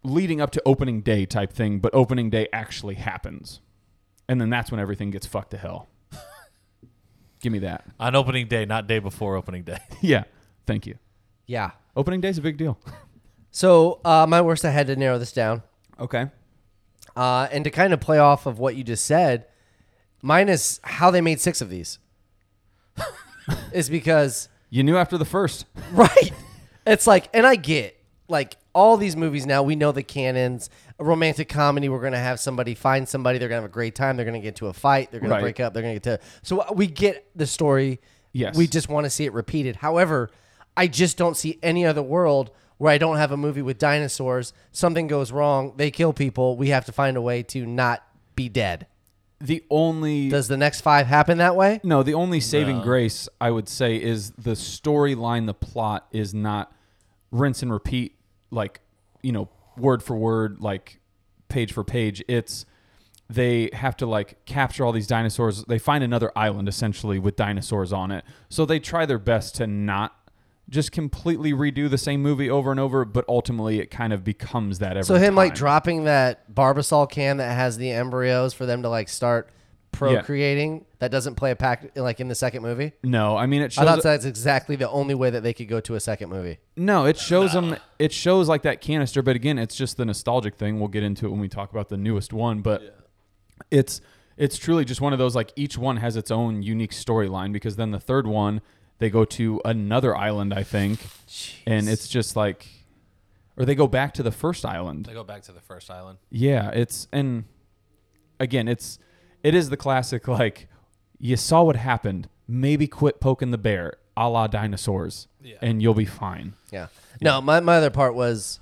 leading up to opening day type thing, but opening day actually happens, and then that's when everything gets fucked to hell. Give me that. On opening day, not day before opening day. Yeah. Thank you. Yeah. Opening day's a big deal. So uh, my worst, I had to narrow this down. Okay. Uh, and to kind of play off of what you just said, mine is how they made six of these. is because You knew after the first. Right. It's like, and I get like all these movies now, we know the canons. A romantic comedy, we're going to have somebody find somebody. They're going to have a great time. They're going to get to a fight. They're going Right. to break up. They're going to get to. So uh, we get the story. Yes. We just want to see it repeated. However, I just don't see any other world where I don't have a movie with dinosaurs. Something goes wrong. They kill people. We have to find a way to not be dead. The only Does the next five happen that way? No, the only saving grace I would say is the storyline, the plot is not rinse and repeat, like, you know, word for word, like page for page. It's they have to like capture all these dinosaurs. They find another island essentially with dinosaurs on it. So they try their best to not just completely redo the same movie over and over, but ultimately it kind of becomes that every So him like time. dropping that barbasol can that has the embryos for them to like start procreating that doesn't play a pack like in the second movie. No, I mean it shows I thought that's exactly the only way that they could go to a second movie. No, it shows them. It shows like that canister, but again, it's just the nostalgic thing. We'll get into it when we talk about the newest one, but it's it's truly just one of those like each one has its own unique storyline because then the third one they go to another island, I think, and it's just like, or they go back to the first island. They go back to the first island. Yeah, it's and again, it's it is the classic like you saw what happened. Maybe quit poking the bear, a la dinosaurs, and you'll be fine. Yeah. No, my, my other part was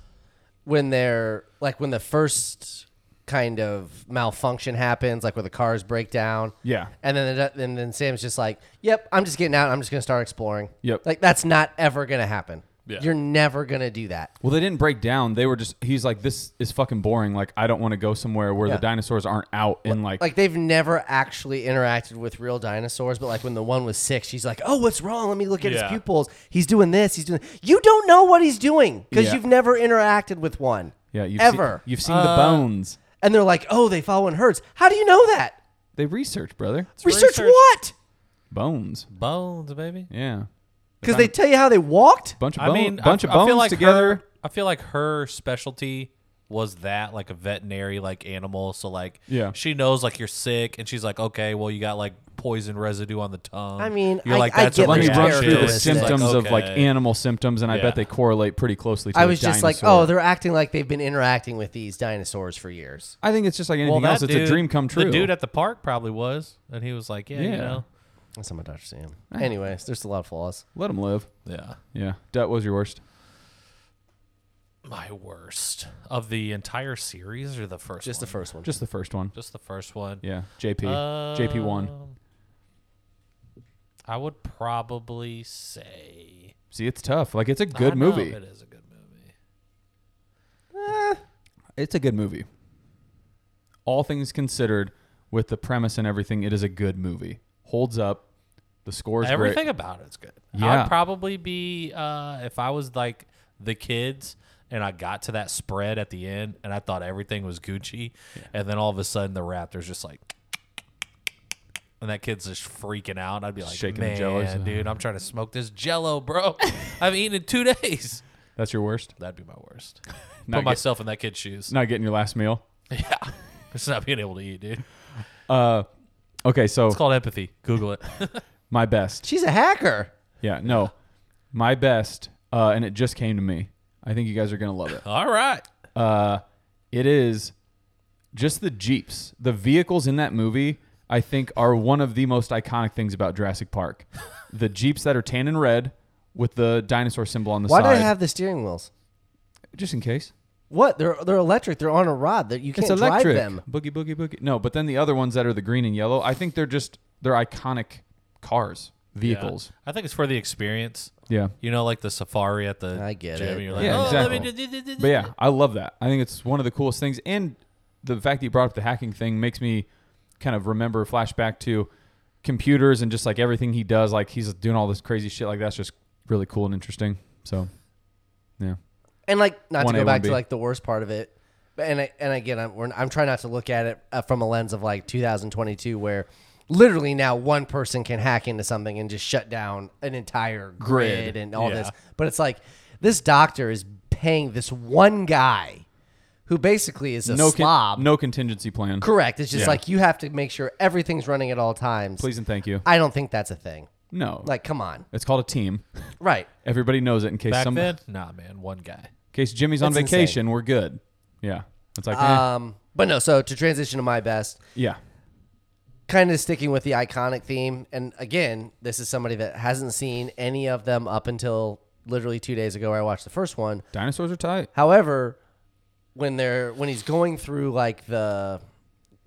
when they're like when the first kind of malfunction happens, like where the cars break down. Yeah. And then it- and then Sam's just like, "Yep, I'm just getting out. I'm just gonna start exploring." Yep. Like that's not ever gonna happen. Yeah. You're never gonna do that. Well, they didn't break down. They were just. He's like, this is fucking boring. Like, I don't want to go somewhere where Yeah. the dinosaurs aren't out and like, Like they've never actually interacted with real dinosaurs, but like when the one was six, she's like, "Oh, what's wrong? Let me look at Yeah. his pupils. He's doing this. He's doing." You don't know what he's doing because Yeah. you've never interacted with one. yeah, you've ever. Uh, seen, you've seen the bones. and they're like, "Oh, they follow in herds." How do you know that? They research, brother. Research, research. what? Bones. Bones, baby. Yeah, Because they tell you how they walked. bunch of I bones. mean, bunch I, of bones I feel like together. Her, I feel like her specialty was that like a veterinary like animal. So like, Yeah. she knows like you're sick, and she's like, okay, well you got like poison residue on the tongue. I mean, you're I- like, I that's get a Let me Yeah. run through the Characteristics. symptoms of like Okay. animal symptoms, and I Yeah. bet they correlate pretty closely. to I a was just like, dinosaur. "Oh, they're acting like they've been interacting with these dinosaurs for years." I think it's just like anything that else. It's dude- a dream come true. The dude at the park probably was, and he was like, yeah, you Yeah. know, That's how my Dr. Sam. Anyways, there's a lot of flaws. Let him live. yeah. Yeah, that was your worst. My worst of the entire series or the first, Just the one? first one. Just the first one. just the first one. Yeah, JP. JP one. Um, I would probably say See, it's tough. Like it's a I good know movie. It is a good movie. It's a good movie. All things considered, with the premise and everything, it is a good movie. Holds up. The score is Everything great. about it's good. Yeah. I'd probably be uh, if I was like the kids and I got to that spread at the end and I thought everything was Gucci, and then all of a sudden the Raptors just like. And that kid's just freaking out. I'd be like, Shaking the man, Jellos." Uh-huh. dude, I'm trying to smoke this Jello, bro. I've eaten in two days. That's your worst. That'd be my worst. Not, Put get- myself in that kid's shoes. not getting your last meal. Yeah, it's not being able to eat, dude. Okay, so It's called empathy. Google it. my best. She's a hacker. Yeah, no, my best. Uh, and it just came to me. I think you guys are gonna love it. All right. uh, it is just the jeeps the vehicles in that movie i think are one of the most iconic things about jurassic park the jeeps that are tan and red with the dinosaur symbol on the Why do side I have the steering wheels? just in case What? They're they're electric. They're on a rod. That you can't it's electric drive them. boogie boogie boogie no but then the other ones that are the green and yellow i think they're just they're iconic cars vehicles I think it's for the experience. yeah, You know, like the safari at the I get gym. it. and You're like, Yeah, oh, exactly. let me do- do- do- but do." yeah i love that i think it's one of the coolest things and the fact that you brought up the hacking thing makes me kind of remember flashback to computers and just like everything he does like he's doing all this crazy shit like that's just really cool and interesting so yeah And like not to 1A, go back to 1B. like the worst part of it, but and I, and again I'm we're, I'm trying not to look at it uh, from a lens of like 2022 where literally now one person can hack into something and just shut down an entire grid, Grid. and all Yeah. this. But it's like this doctor is paying this one guy who basically is a no con- slob. no contingency plan Correct. It's just Yeah. like you have to make sure everything's running at all times. please and thank you I don't think that's a thing. no Like come on. it's called a team Right. everybody knows it in case Back some in then, nah, man, one guy. case jimmy's on That's insane. vacation we're good yeah it's like eh, Um but no, so to transition to my best, yeah kind of sticking with the iconic theme. And again, this is somebody that hasn't seen any of them up until literally two days ago where I watched the first one. dinosaurs are tight However, when they're when he's going through like the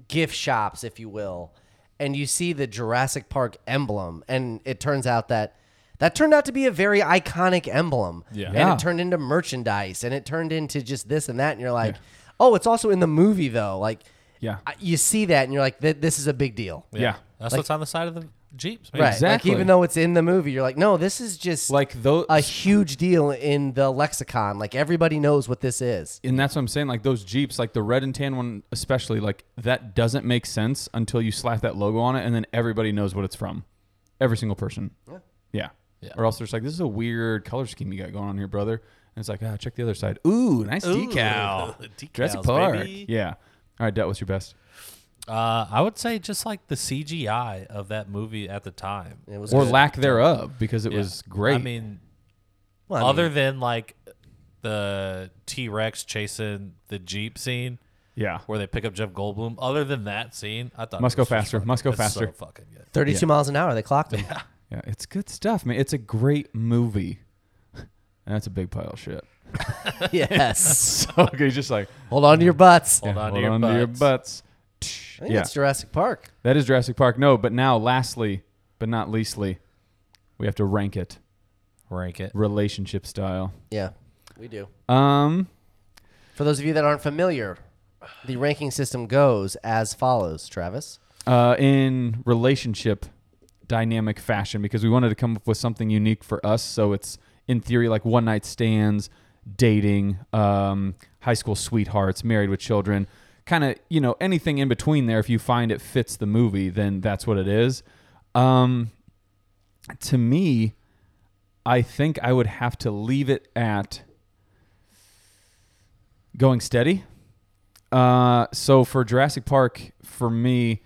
gift shops, if you will, and you see the Jurassic Park emblem, and it turns out that that turned out to be a very iconic emblem. Yeah. And Yeah. it turned into merchandise and it turned into just this and that. And you're like, oh, it's also in the movie though. Like yeah I- you see that and you're like, "Th- this is a big deal. Yeah. That's what's on the side of the Jeeps. Man. Right. Exactly. Like even though it's in the movie, you're like, no, this is just like like those a huge deal in the lexicon. Like everybody knows what this is. and that's what I'm saying. Like those Jeeps, like the red and tan one, especially, like that doesn't make sense until you slap that logo on it, and then everybody knows what it's from. Every single person. Yeah. Yeah. Yeah. Or else they're just like, this is a weird color scheme you got going on here, brother. And it's like, ah, check the other side. Ooh, nice decal. Decals, Jurassic Park. baby. Yeah. All right, that was your best. Uh, I would say just like the CGI of that movie at the time. It was Or good. lack thereof, because it was great. I mean, Well, I mean, other than like the T Rex chasing the Jeep scene, Yeah. where they pick up Jeff Goldblum. Other than that scene, I thought it Must go was just faster. fucking- Must go it's so faster. fucking good. 32 miles an hour. They clocked him. Yeah, it's good stuff, man. It's a great movie. And that's a big pile of shit. yes. okay, just like Hold on to your butts. Hold yeah, on to your butts. Tsh, I think Yeah, it's Jurassic Park. that is Jurassic Park. No, but now, lastly, but not leastly, we have to rank it Rank it. relationship style. Yeah, we do. Um, For those of you that aren't familiar, the ranking system goes as follows, Travis. uh, in relationship dynamic fashion because we wanted to come up with something unique for us. So it's in theory like one night stands, dating, um, high school sweethearts, married with children, kind of you know anything in between there. If you find it fits the movie, then that's what it is. Um, to me, I think I would have to leave it at going steady. Uh, so for Jurassic Park, for me,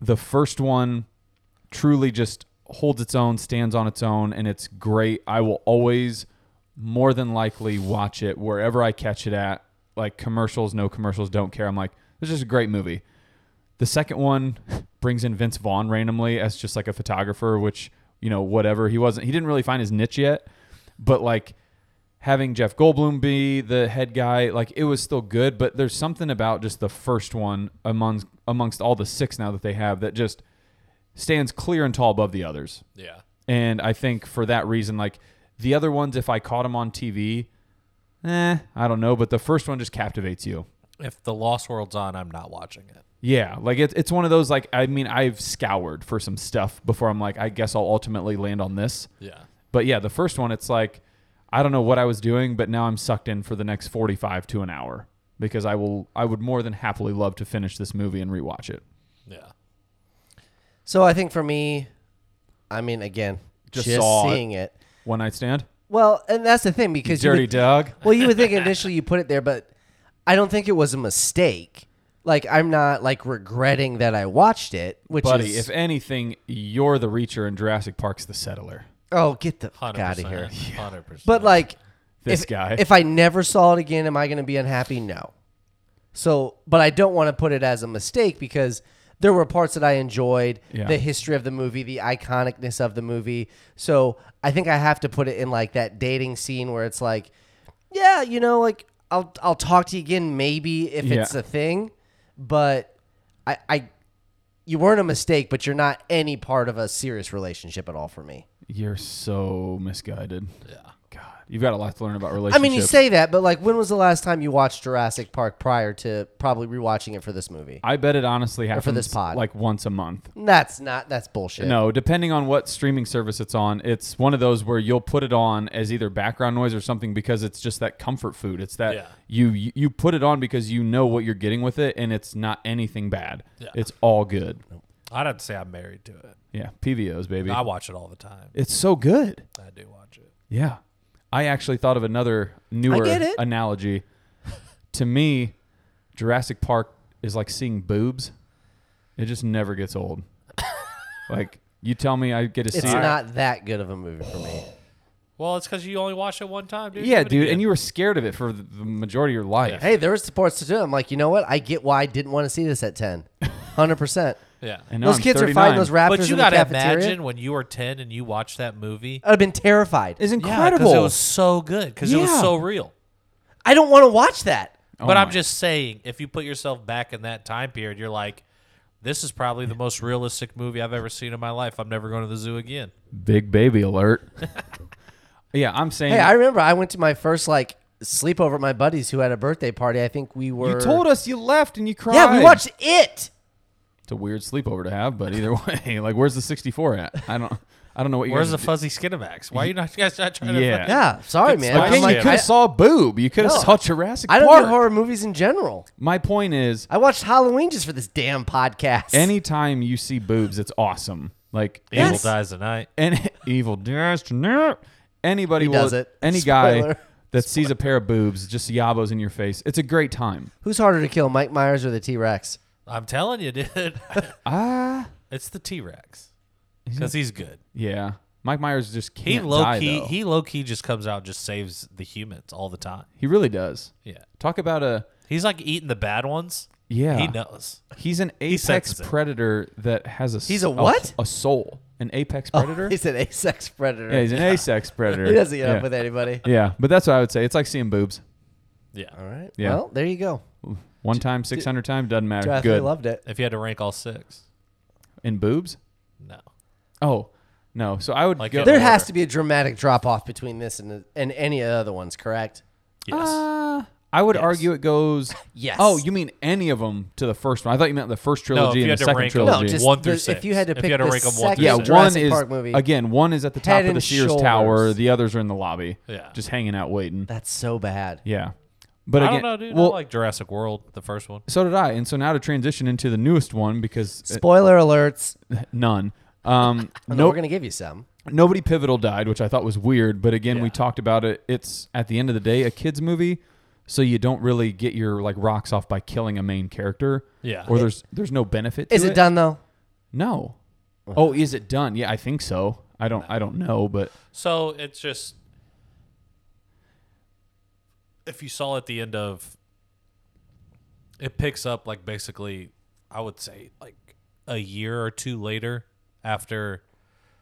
the first one truly just holds its own, stands on its own, and it's great. I will always more than likely watch it wherever I catch it at, like commercials, no commercials, don't care. I'm like, this is a great movie. The second one brings in Vince Vaughn randomly as just like a photographer, which, you know, whatever. He wasn't he didn't really find his niche yet, but like having Jeff Goldblum be the head guy, like it was still good, but there's something about just the first one amongst amongst all the six now that they have that just stands clear and tall above the others. Yeah. And I think for that reason, like the other ones, if I caught them on TV, eh, I don't know. But the first one just captivates you. If the Lost World's on, I'm not watching it. Yeah, like it's it's one of those like I mean I've scoured for some stuff before I'm like I guess I'll ultimately land on this. Yeah. But yeah, the first one it's like I don't know what I was doing, but now I'm sucked in for the next 45 to an hour because I will I would more than happily love to finish this movie and rewatch it. Yeah. So I think for me, I mean, again, Just just, saw it. seeing it. One night stand, Well, and that's the thing because you Dirty would- Doug. Well, you would think initially you put it there, but I don't think it was a mistake. Like I'm not like regretting that I watched it, which Buddy, is if anything, you're the reacher and Jurassic Park's the settler. oh, get the fuck 100%. out of here. 100%. But like This if, guy. if I never saw it again, am I going to be unhappy? No. So, but I don't want to put it as a mistake because there were parts that I enjoyed, Yeah. the history of the movie, the iconicness of the movie. So, I think I have to put it in like that dating scene where it's like, yeah, you know, like I'll I'll talk to you again maybe if Yeah. it's a thing, but I I you weren't a mistake, but you're not any part of a serious relationship at all for me. You're so misguided. yeah. God, you've got a lot to learn about I relationships. mean, you say that, but like, when was the last time you watched Jurassic Park prior to probably rewatching it for this movie? I bet it honestly happens for this pod. like once a month. That's not. That's bullshit. No, depending on what streaming service it's on, it's one of those where you'll put it on as either background noise or something because it's just that comfort food. It's that Yeah. you you put it on because you know what you're getting with it, and it's not anything bad. Yeah. It's all good. I'd have to say I'm married to it. Yeah, PVOs, baby. I watch it all the time. it's so good. I do watch it. Yeah. I actually thought of another newer get it. analogy. to me, Jurassic Park is like seeing boobs. It just never gets old. like you tell me I get to it's see it. not that good of a movie for me. Well, it's because you only watch it one time, dude. yeah, Give it dude, again. and you were scared of it for the the majority of your life. Hey, there was parts to do. I'm like, you know what? I get why I didn't want to see this at ten. Hundred percent. Yeah. And now Those I'm kids are 39. fighting those raptors but you in the gotta cafeteria. imagine when you were 10 and you watched that movie. I'd have been terrified. It's Yeah, incredible. because it was so good. Because it was Yeah. so real. I don't want to watch that. but I'm Oh my. just saying, if you put yourself back in that time period, you're like, this is probably the most realistic movie I've ever seen in my life. I'm never going to the zoo again. Big baby alert. yeah, I'm saying Hey, I remember I went to my first like sleepover at my buddies who had a birthday party. I think we were. you told us you left and you cried. Yeah, we watched it. It's a weird sleepover to have, but either way, like where's the 64 at? I don't I don't know what you Where's guys the fuzzy Skinamax? Why are you not you guys not trying Yeah. to? fucking- Yeah, sorry, man. Again, I'm Again, like, you could I, have saw a boob. You could have No. saw Jurassic I don't Park. know horror movies in general. My point is, I watched Halloween just for this damn podcast. anytime you see boobs, it's awesome. Like Evil Yes. dies tonight. any evil destiny. Anybody He will, does it. any guy Spoiler. that sees a pair of boobs, just yabos in your face. It's a great time. Who's harder to kill, Mike Myers or the T Rex? I'm telling you, dude. Ah, it's the T Rex because he's good. yeah. Mike Myers just can't He low die, key. though. He low key just comes out, and just saves the humans all the time. He really does. Yeah, Talk about a He's like eating the bad ones. Yeah. He knows. He's an apex senses it. predator that has a s- He's a what? A, soul. An apex Oh, predator? He's an asex predator. yeah, he's an asex predator. he doesn't get yeah. up with anybody. Yeah, but that's what I would say. It's like seeing boobs. Yeah. All right. Yeah. Well, there you go. One time, 600 times, doesn't matter. Jeff, I Good. loved it. If you had to rank all six, In boobs? no. Oh, no. So I would Like go. it- There order. has to be a dramatic drop off between this and and any of the other ones, correct? Yes. Uh, I would argue it goes. Yes. Oh, you mean any of them to the first one? I thought you meant the first No, if trilogy you and the had to second rank 'em. trilogy. No, just One through the- six. If you had to If you pick had to the rank 'em one through second yeah, six. one Jurassic is Park movie. again. One is at the top Head of the and Sears Tower. shoulders. The others are in the lobby. Yeah. just hanging out waiting. That's so bad. Yeah, but I again, don't know, dude. well, I like Jurassic World, the first one. so did I. And so now to transition into the newest one because uh, Spoiler alerts. none. Um, No, no, we're gonna give you some. nobody pivotal died, which I thought was weird. But again, we Yeah. talked about it. It's at the end of the day a kids movie, so you don't really get your like rocks off by killing a main character. Yeah. or there's there's no benefit. To Is it done though? No. Oh, is it done? Yeah, I think so. I don't I don't know, but So it's just if you saw at the end of it picks up like basically I would say like a year or two later after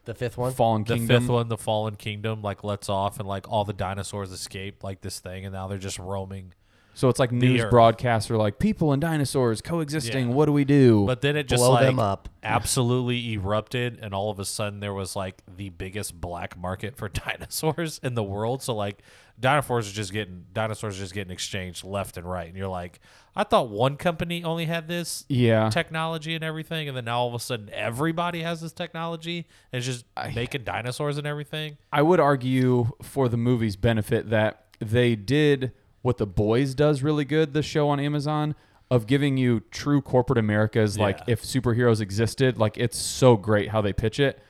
The fifth one. Fallen the Kingdom. fifth one, the Fallen Kingdom, like lets off and like all the dinosaurs escape like this thing and now they're just roaming. So it's like news Earth. broadcasts are like people and dinosaurs coexisting. Yeah. What do we do? But then it just Blow like them up. absolutely erupted and all of a sudden there was like the biggest black market for dinosaurs in the world. So like dinosaurs are just getting dinosaurs are just getting exchanged left and right. And you're like, I thought one company only had this yeah, technology and everything, and then now all of a sudden everybody has this technology and it's just making dinosaurs and everything. I would argue for the movie's benefit that they did what The Boys does really good. The show on Amazon of giving you true corporate America's like Yeah. if superheroes existed. Like it's so great how they pitch it.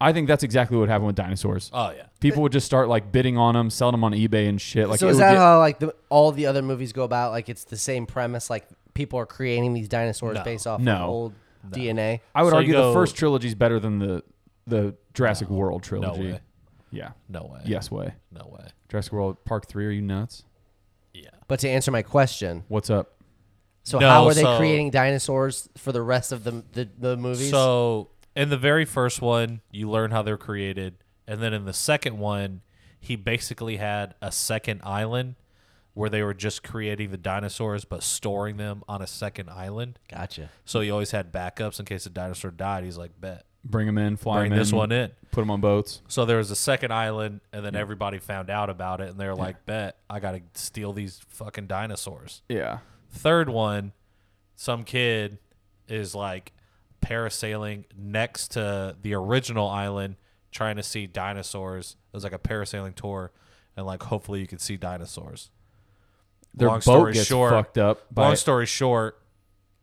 I think that's exactly what happened with dinosaurs. Oh yeah. People would just start like bidding on them, selling them on eBay and shit. Like so it is would that get- how like the, all the other movies go about? Like it's the same premise. Like people are creating these dinosaurs No. based off No. of old DNA. I would So you argue the go- first trilogy is better than the the Jurassic World trilogy. way. Yeah. No way. Yes way. No way. Jurassic World Park Three. Are you nuts? Yeah. But to answer my question, What's up? so No, how are they so- creating dinosaurs for the rest of the the, the movies? So in the very first one, you learn how they're created, and then in the second one, he basically had a second island where they were just creating the dinosaurs but storing them on a second island. gotcha. So he always had backups in case a dinosaur died. He's like, bet Bring them in. Fly bring 'em this in, one in. Put them on boats. So there was a second island, and then everybody found out about it, and they're like, bet I gotta steal these fucking dinosaurs. Yeah. Third one, some kid is like parasailing next to the original island trying to see dinosaurs. It was like a parasailing tour and like hopefully you could see dinosaurs. Their Long boat story gets short- fucked up. By Long story short,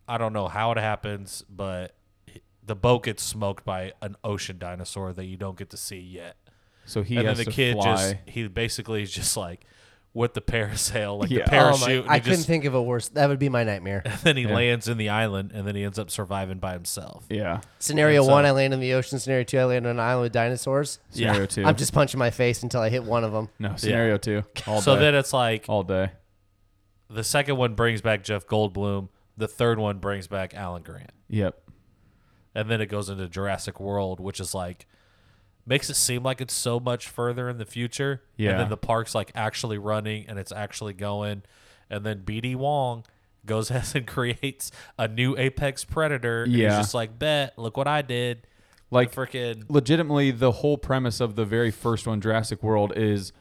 I don't know how it happens, but the boat gets smoked by an ocean dinosaur that you don't get to see yet. so he and then has the to kid fly. just he basically is just like with the parasail, like Yeah. the Oh my- parachute. and I he couldn't just, think of a worse. That would be my nightmare. then he lands in the island and then he ends up surviving by himself. yeah. Scenario And so- one, I land in the ocean. Scenario two, I land on an island with dinosaurs. Scenario Yeah. two. I'm just punching my face until I hit one of them. no scenario two. All so day. then it's like all day. the second one brings back Jeff Goldblum, the third one brings back Alan Grant, Yep. and then it goes into Jurassic World, which is like makes it seem like it's so much further in the future. Yeah. and then the park's like actually running and it's actually going, and then BD Wong goes ahead and creates a new apex predator. and he's Yeah. just like bet, look what I did. Like the freaking legitimately the whole premise of the very first one Jurassic World is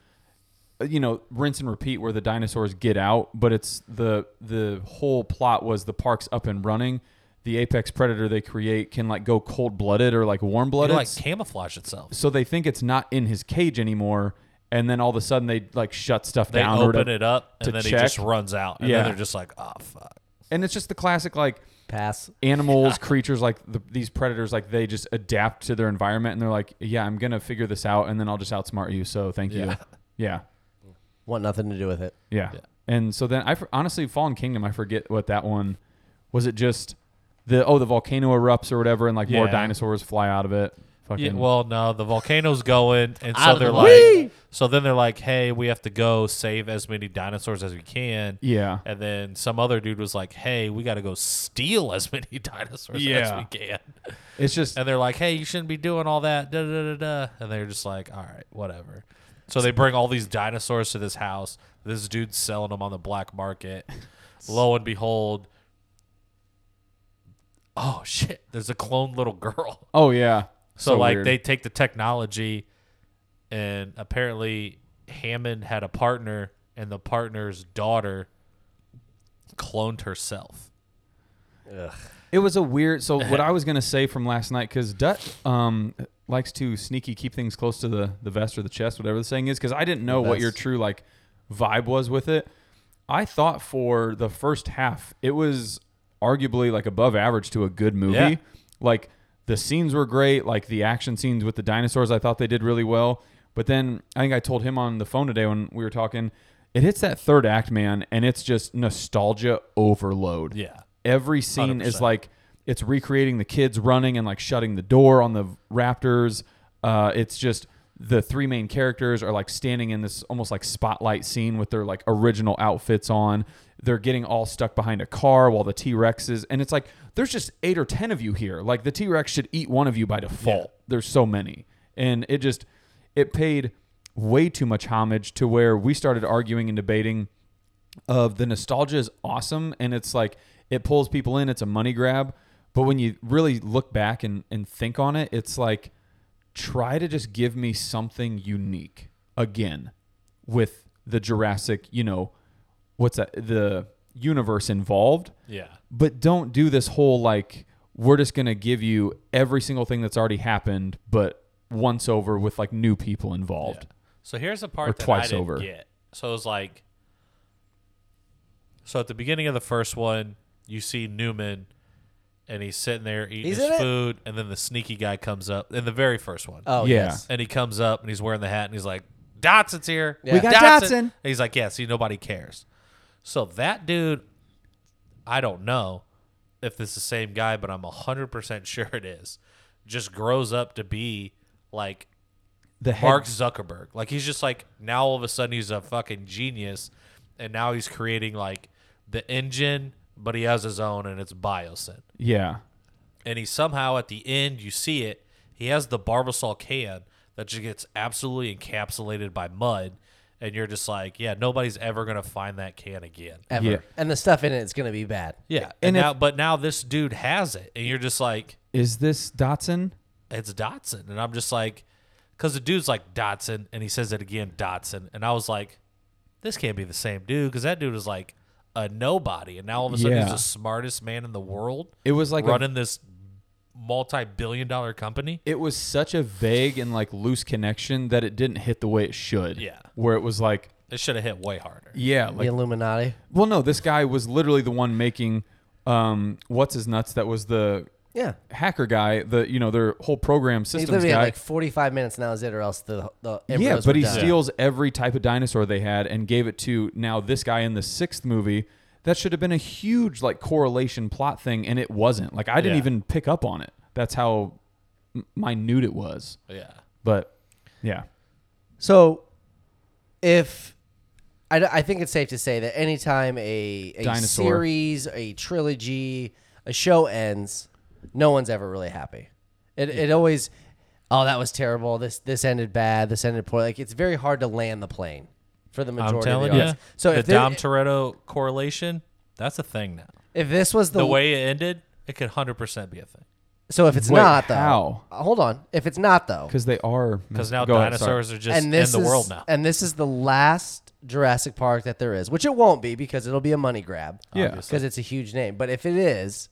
uh, you know rinse and repeat where the dinosaurs get out but it's the the whole plot was the park's up and running the apex predator they create can like go cold-blooded or like it warm-blooded like camouflage itself. so they think it's not in his cage anymore and then all of a sudden they like shut stuff They down or open to- it up and to then he check. just runs out, and Yeah. then they're just like, oh fuck. and it's just the classic like Pass. animals, creatures like the, these predators, like they just adapt to their environment and they're like, yeah, I'm gonna figure this out, and then I'll just outsmart you. So thank you. Yeah. Yeah, Want nothing to do with it. yeah. Yeah. And so then I for- honestly, Fallen Kingdom, I forget what that one was. It just the oh the volcano erupts or whatever, and like more Yeah. dinosaurs fly out of it. Fucking Yeah, well, no, the volcano's going, and Out so of the they're way. like, so then they're like, hey, we have to go save as many dinosaurs as we can. yeah. And then some other dude was like, hey, we got to go steal as many dinosaurs Yeah. as we can. It's just And they're like, hey, you shouldn't be doing all that. Da, da, da, da. And they're just like, all right, whatever. So they bring all these dinosaurs to this house. This dude's selling them on the black market. Lo and behold, oh shit, there's a clone little girl. oh yeah. So, like weird. they take the technology and apparently Hammond had a partner and the partner's daughter cloned herself. It was a weird. So what I was gonna say from last night, because Dutt um, likes to sneaky keep things close to the the vest or the chest, whatever the saying is. Because I didn't know what your vest. true like vibe was with it. I thought for the first half, it was arguably like above average to a good movie. Yeah. Like the scenes were great. Like the action scenes with the dinosaurs, I thought they did really well. But then I think I told him on the phone today when we were talking, it hits that third act, man, and it's just nostalgia overload Yeah. every scene is 100%. like it's recreating the kids running and like shutting the door on the raptors uh, it's just the three main characters are like standing in this almost like spotlight scene with their like original outfits on they're getting all stuck behind a car while the t-rex is and it's like there's just eight or ten of you here like the t-rex should eat one of you by default there's so many and it just it paid way too much homage to where we started arguing and debating of the nostalgia is awesome and it's like it pulls people in it's a money grab but when you really look back and, and think on it it's like try to just give me something unique again with the jurassic you know what's that the universe involved Yeah. but don't do this whole like we're just gonna give you every single thing that's already happened but once over with like new people involved So here's the part Or that twice I didn't over. get. So it was like, so at the beginning of the first one, you see Newman, and he's sitting there eating He's in his it? food, and then the sneaky guy comes up in the very first one. Oh Yeah. yes. and he comes up and he's wearing the hat and he's like, Dotson's here. We got Dotson. And he's like, yeah, see, nobody cares. So that dude, I don't know if this is the same guy, but I'm 100% sure it is, just grows up to be like the head Mark Zuckerberg. Like, he's just like, now all of a sudden he's a fucking genius. And now he's creating like the engine, but he has his own and it's Biosyn yeah and he somehow at the end you see it he has the barbasol can that just gets absolutely encapsulated by mud and you're just like yeah nobody's ever gonna find that can again Ever. Yeah. And the stuff in it is gonna be bad. yeah And and, if- now but now this dude has it and you're just like is this dotson it's dotson and i'm just like because the dude's like dotson and he says it again dotson and i was like this can't be the same dude because that dude is like a nobody and now all of a sudden he's Yeah. the smartest man in the world it was like a running this multi-billion dollar company it was such a vague and like loose connection that it didn't hit the way it should. Yeah. Where it was like, It should have hit way harder. yeah, the like Illuminati. well, no, this guy was literally the one making um what's his nuts that was the Yeah. hacker guy, the you know, their whole program He systems literally had guy. like 45 minutes now is it or else the the yeah, embryos but were he done. steals every type of dinosaur they had and gave it to now this guy in the sixth movie. That should have been a huge like correlation plot thing, and it wasn't. Like I didn't Yeah. even pick up on it. That's how m- minute it was. Yeah. But yeah, So, if I, d- I think it's safe to say that anytime a, a Dinosaur. series, a trilogy, a show ends, no one's ever really happy. It, it always, oh, that was terrible. This this ended bad. This ended poor. Like it's very hard to land the plane for the majority. I'm of telling the you. audience. So the if, there- Dom Toretto correlation, that's a thing now. if this was the, The, way it ended, it could 100% be a thing. so if it's Wait, not though, how? hold on. If it's not though, because they are Because now Mm. Go ahead, sorry. dinosaurs are just in and this the is, world now. And this is the last Jurassic Park that there is, which it won't be because it'll be a money grab. Yeah. Obviously. because it's a huge name. But if it is,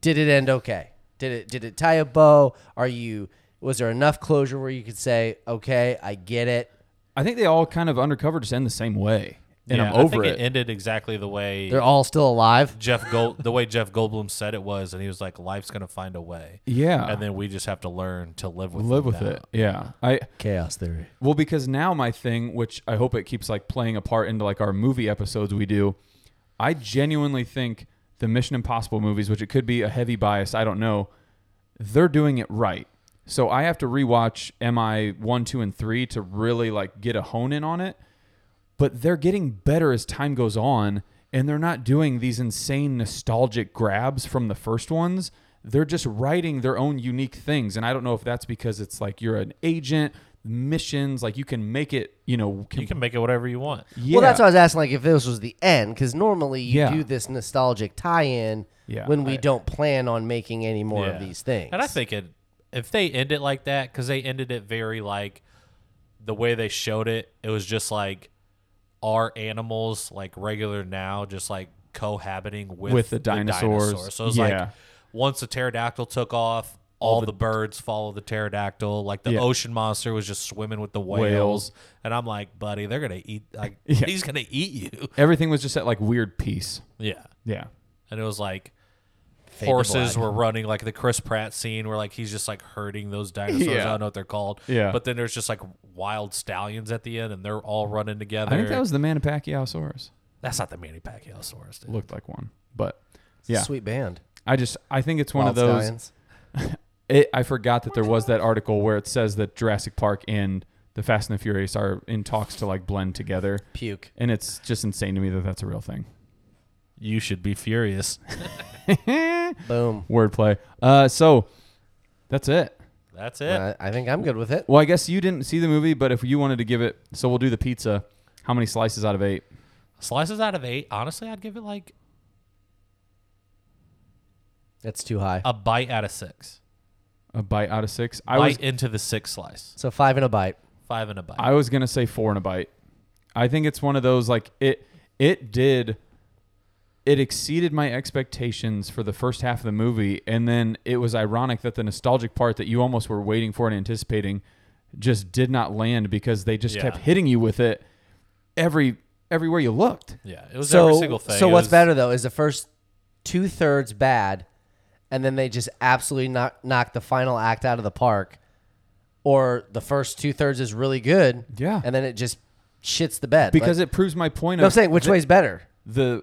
did it end okay? Did it did it tie a bow? Are you was there enough closure where you could say, okay, I get it? I think they all kind of undercover just end the same way, and Yeah, I'm I over think it. it. ended exactly the way They're all still alive. Jeff Gold, the way Jeff Goldblum said it was, and he was like, "Life's gonna find a way." yeah, And then we just have to learn to live with live with now. it. Yeah, I Chaos theory. well because now my thing, which I hope it keeps like playing a part into like our movie episodes we do. I genuinely think the Mission Impossible movies, which it could be a heavy bias, I don't know, they're doing it right. So I have to rewatch MI one, two, and three to really like get a hone in on it. But they're getting better as time goes on, and they're not doing these insane nostalgic grabs from the first ones. They're just writing their own unique things, and I don't know if that's because it's like you're an agent, missions, like you can make it, you know, You can make it whatever you want. yeah. Well, that's why I was asking, like, if this was the end, because normally you Yeah. do this nostalgic tie-in Yeah, when we I- don't plan on making any more of Yeah. these things. And I think it, if they end it like that, because they ended it very like the way they showed it, it was just like are animals like regular now, just like cohabiting with, With the dinosaurs. So it's Yeah. like once the pterodactyl took off, all, the, birds follow the pterodactyl. Like the Yeah. ocean monster was just swimming with the whales. Whales. And I'm like, buddy, they're gonna eat. Like Yeah. he's gonna eat you. everything was just at like weird peace. Yeah. Yeah. and it was like to horses black. were running like the Chris Pratt scene where like he's just like herding those dinosaurs. I Yeah. don't know what they're called. Yeah. But then there's just like wild stallions at the end and they're all running together. I think that was the man of Pacquiaosaurus. that's not the Manny Pacquiao source. Dude. Looked like one, but yeah, sweet band. I just I think it's one Wild of those. Stallions. It, I forgot that there was that article where it says that Jurassic Park and the Fast and the Furious are in talks to like blend together, puke. and it's just insane to me that that's a real thing. You should be furious. Boom. Wordplay. Uh, so that's it. That's it. I, I think I'm good with it. Well, I guess you didn't see the movie, but if you wanted to give it, so we'll do the pizza. How many slices out of eight? Slices out of eight. Honestly, I'd give it like That's too high. a bite out of six. A bite out of six. I Bite was into the six slice. So five and a bite. Five and a bite. I was gonna say four and a bite. I think it's one of those like it it did it exceeded my expectations for the first half of the movie, and then it was ironic that the nostalgic part that you almost were waiting for and anticipating just did not land because they just Yeah. kept hitting you with it every everywhere you looked. yeah, it was so every single thing. so It what's was- better though is the first two thirds bad, and then they just absolutely knock knock the final act out of the park, or the first two thirds is really good. Yeah. and then it just shits the bed Because Like, it proves my point no, I'm of saying which way's better. the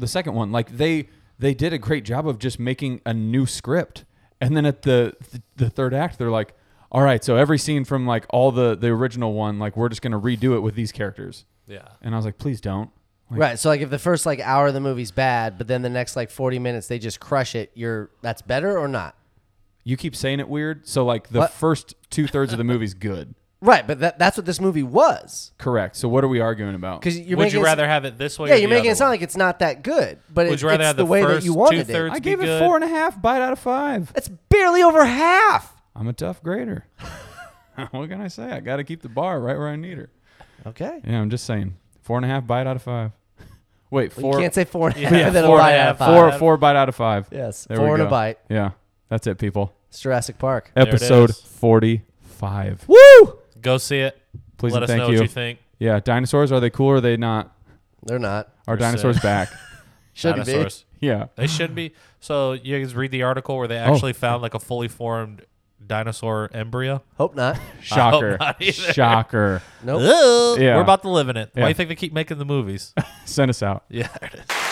the second one like they they did a great job of just making a new script and then at the the third act they're like all right so every scene from like all the the original one like we're just going to redo it with these characters Yeah. and i was like please don't like, Right, so like if the first like hour of the movie's bad, but then the next like forty minutes they just crush it, you're that's better or not? you keep saying it weird so like the What? first two-thirds of the movie's good Right, but that, that's what this movie was correct so what are we arguing about because you're Would making you it- rather have it this way? yeah or you're the making other it sound way? like it's not that good, but Would it, you rather it's have the, the way that first you wanted it. two-thirds i be gave it good? four and a half bite out of five That's barely over half. i'm a tough grader what can i say i gotta keep the bar right where i need her Okay. yeah i'm just saying four and a half bite out of five wait Well, four you can't say four and a half. Yeah, and then a four and a bite out half, of five. four four bite out of five. Yes, There four we and a go. bite. Yeah, that's it, people. It's Jurassic Park. it Episode is. forty five. Woo! Go see it. Please Let and us thank know you. what you think. Yeah, dinosaurs are they cool or are they not? They're not. Are They're dinosaurs sick. back? Should Dinosaurs. Yeah. They should be. So you guys read the article where they Oh. actually found like a fully formed dinosaur embryo. be. Hope not. Shocker. not either. Shocker. Nope. Yeah. We're about to live in it. Why do Yeah. you think they keep making the movies? Send us out. yeah, there it is.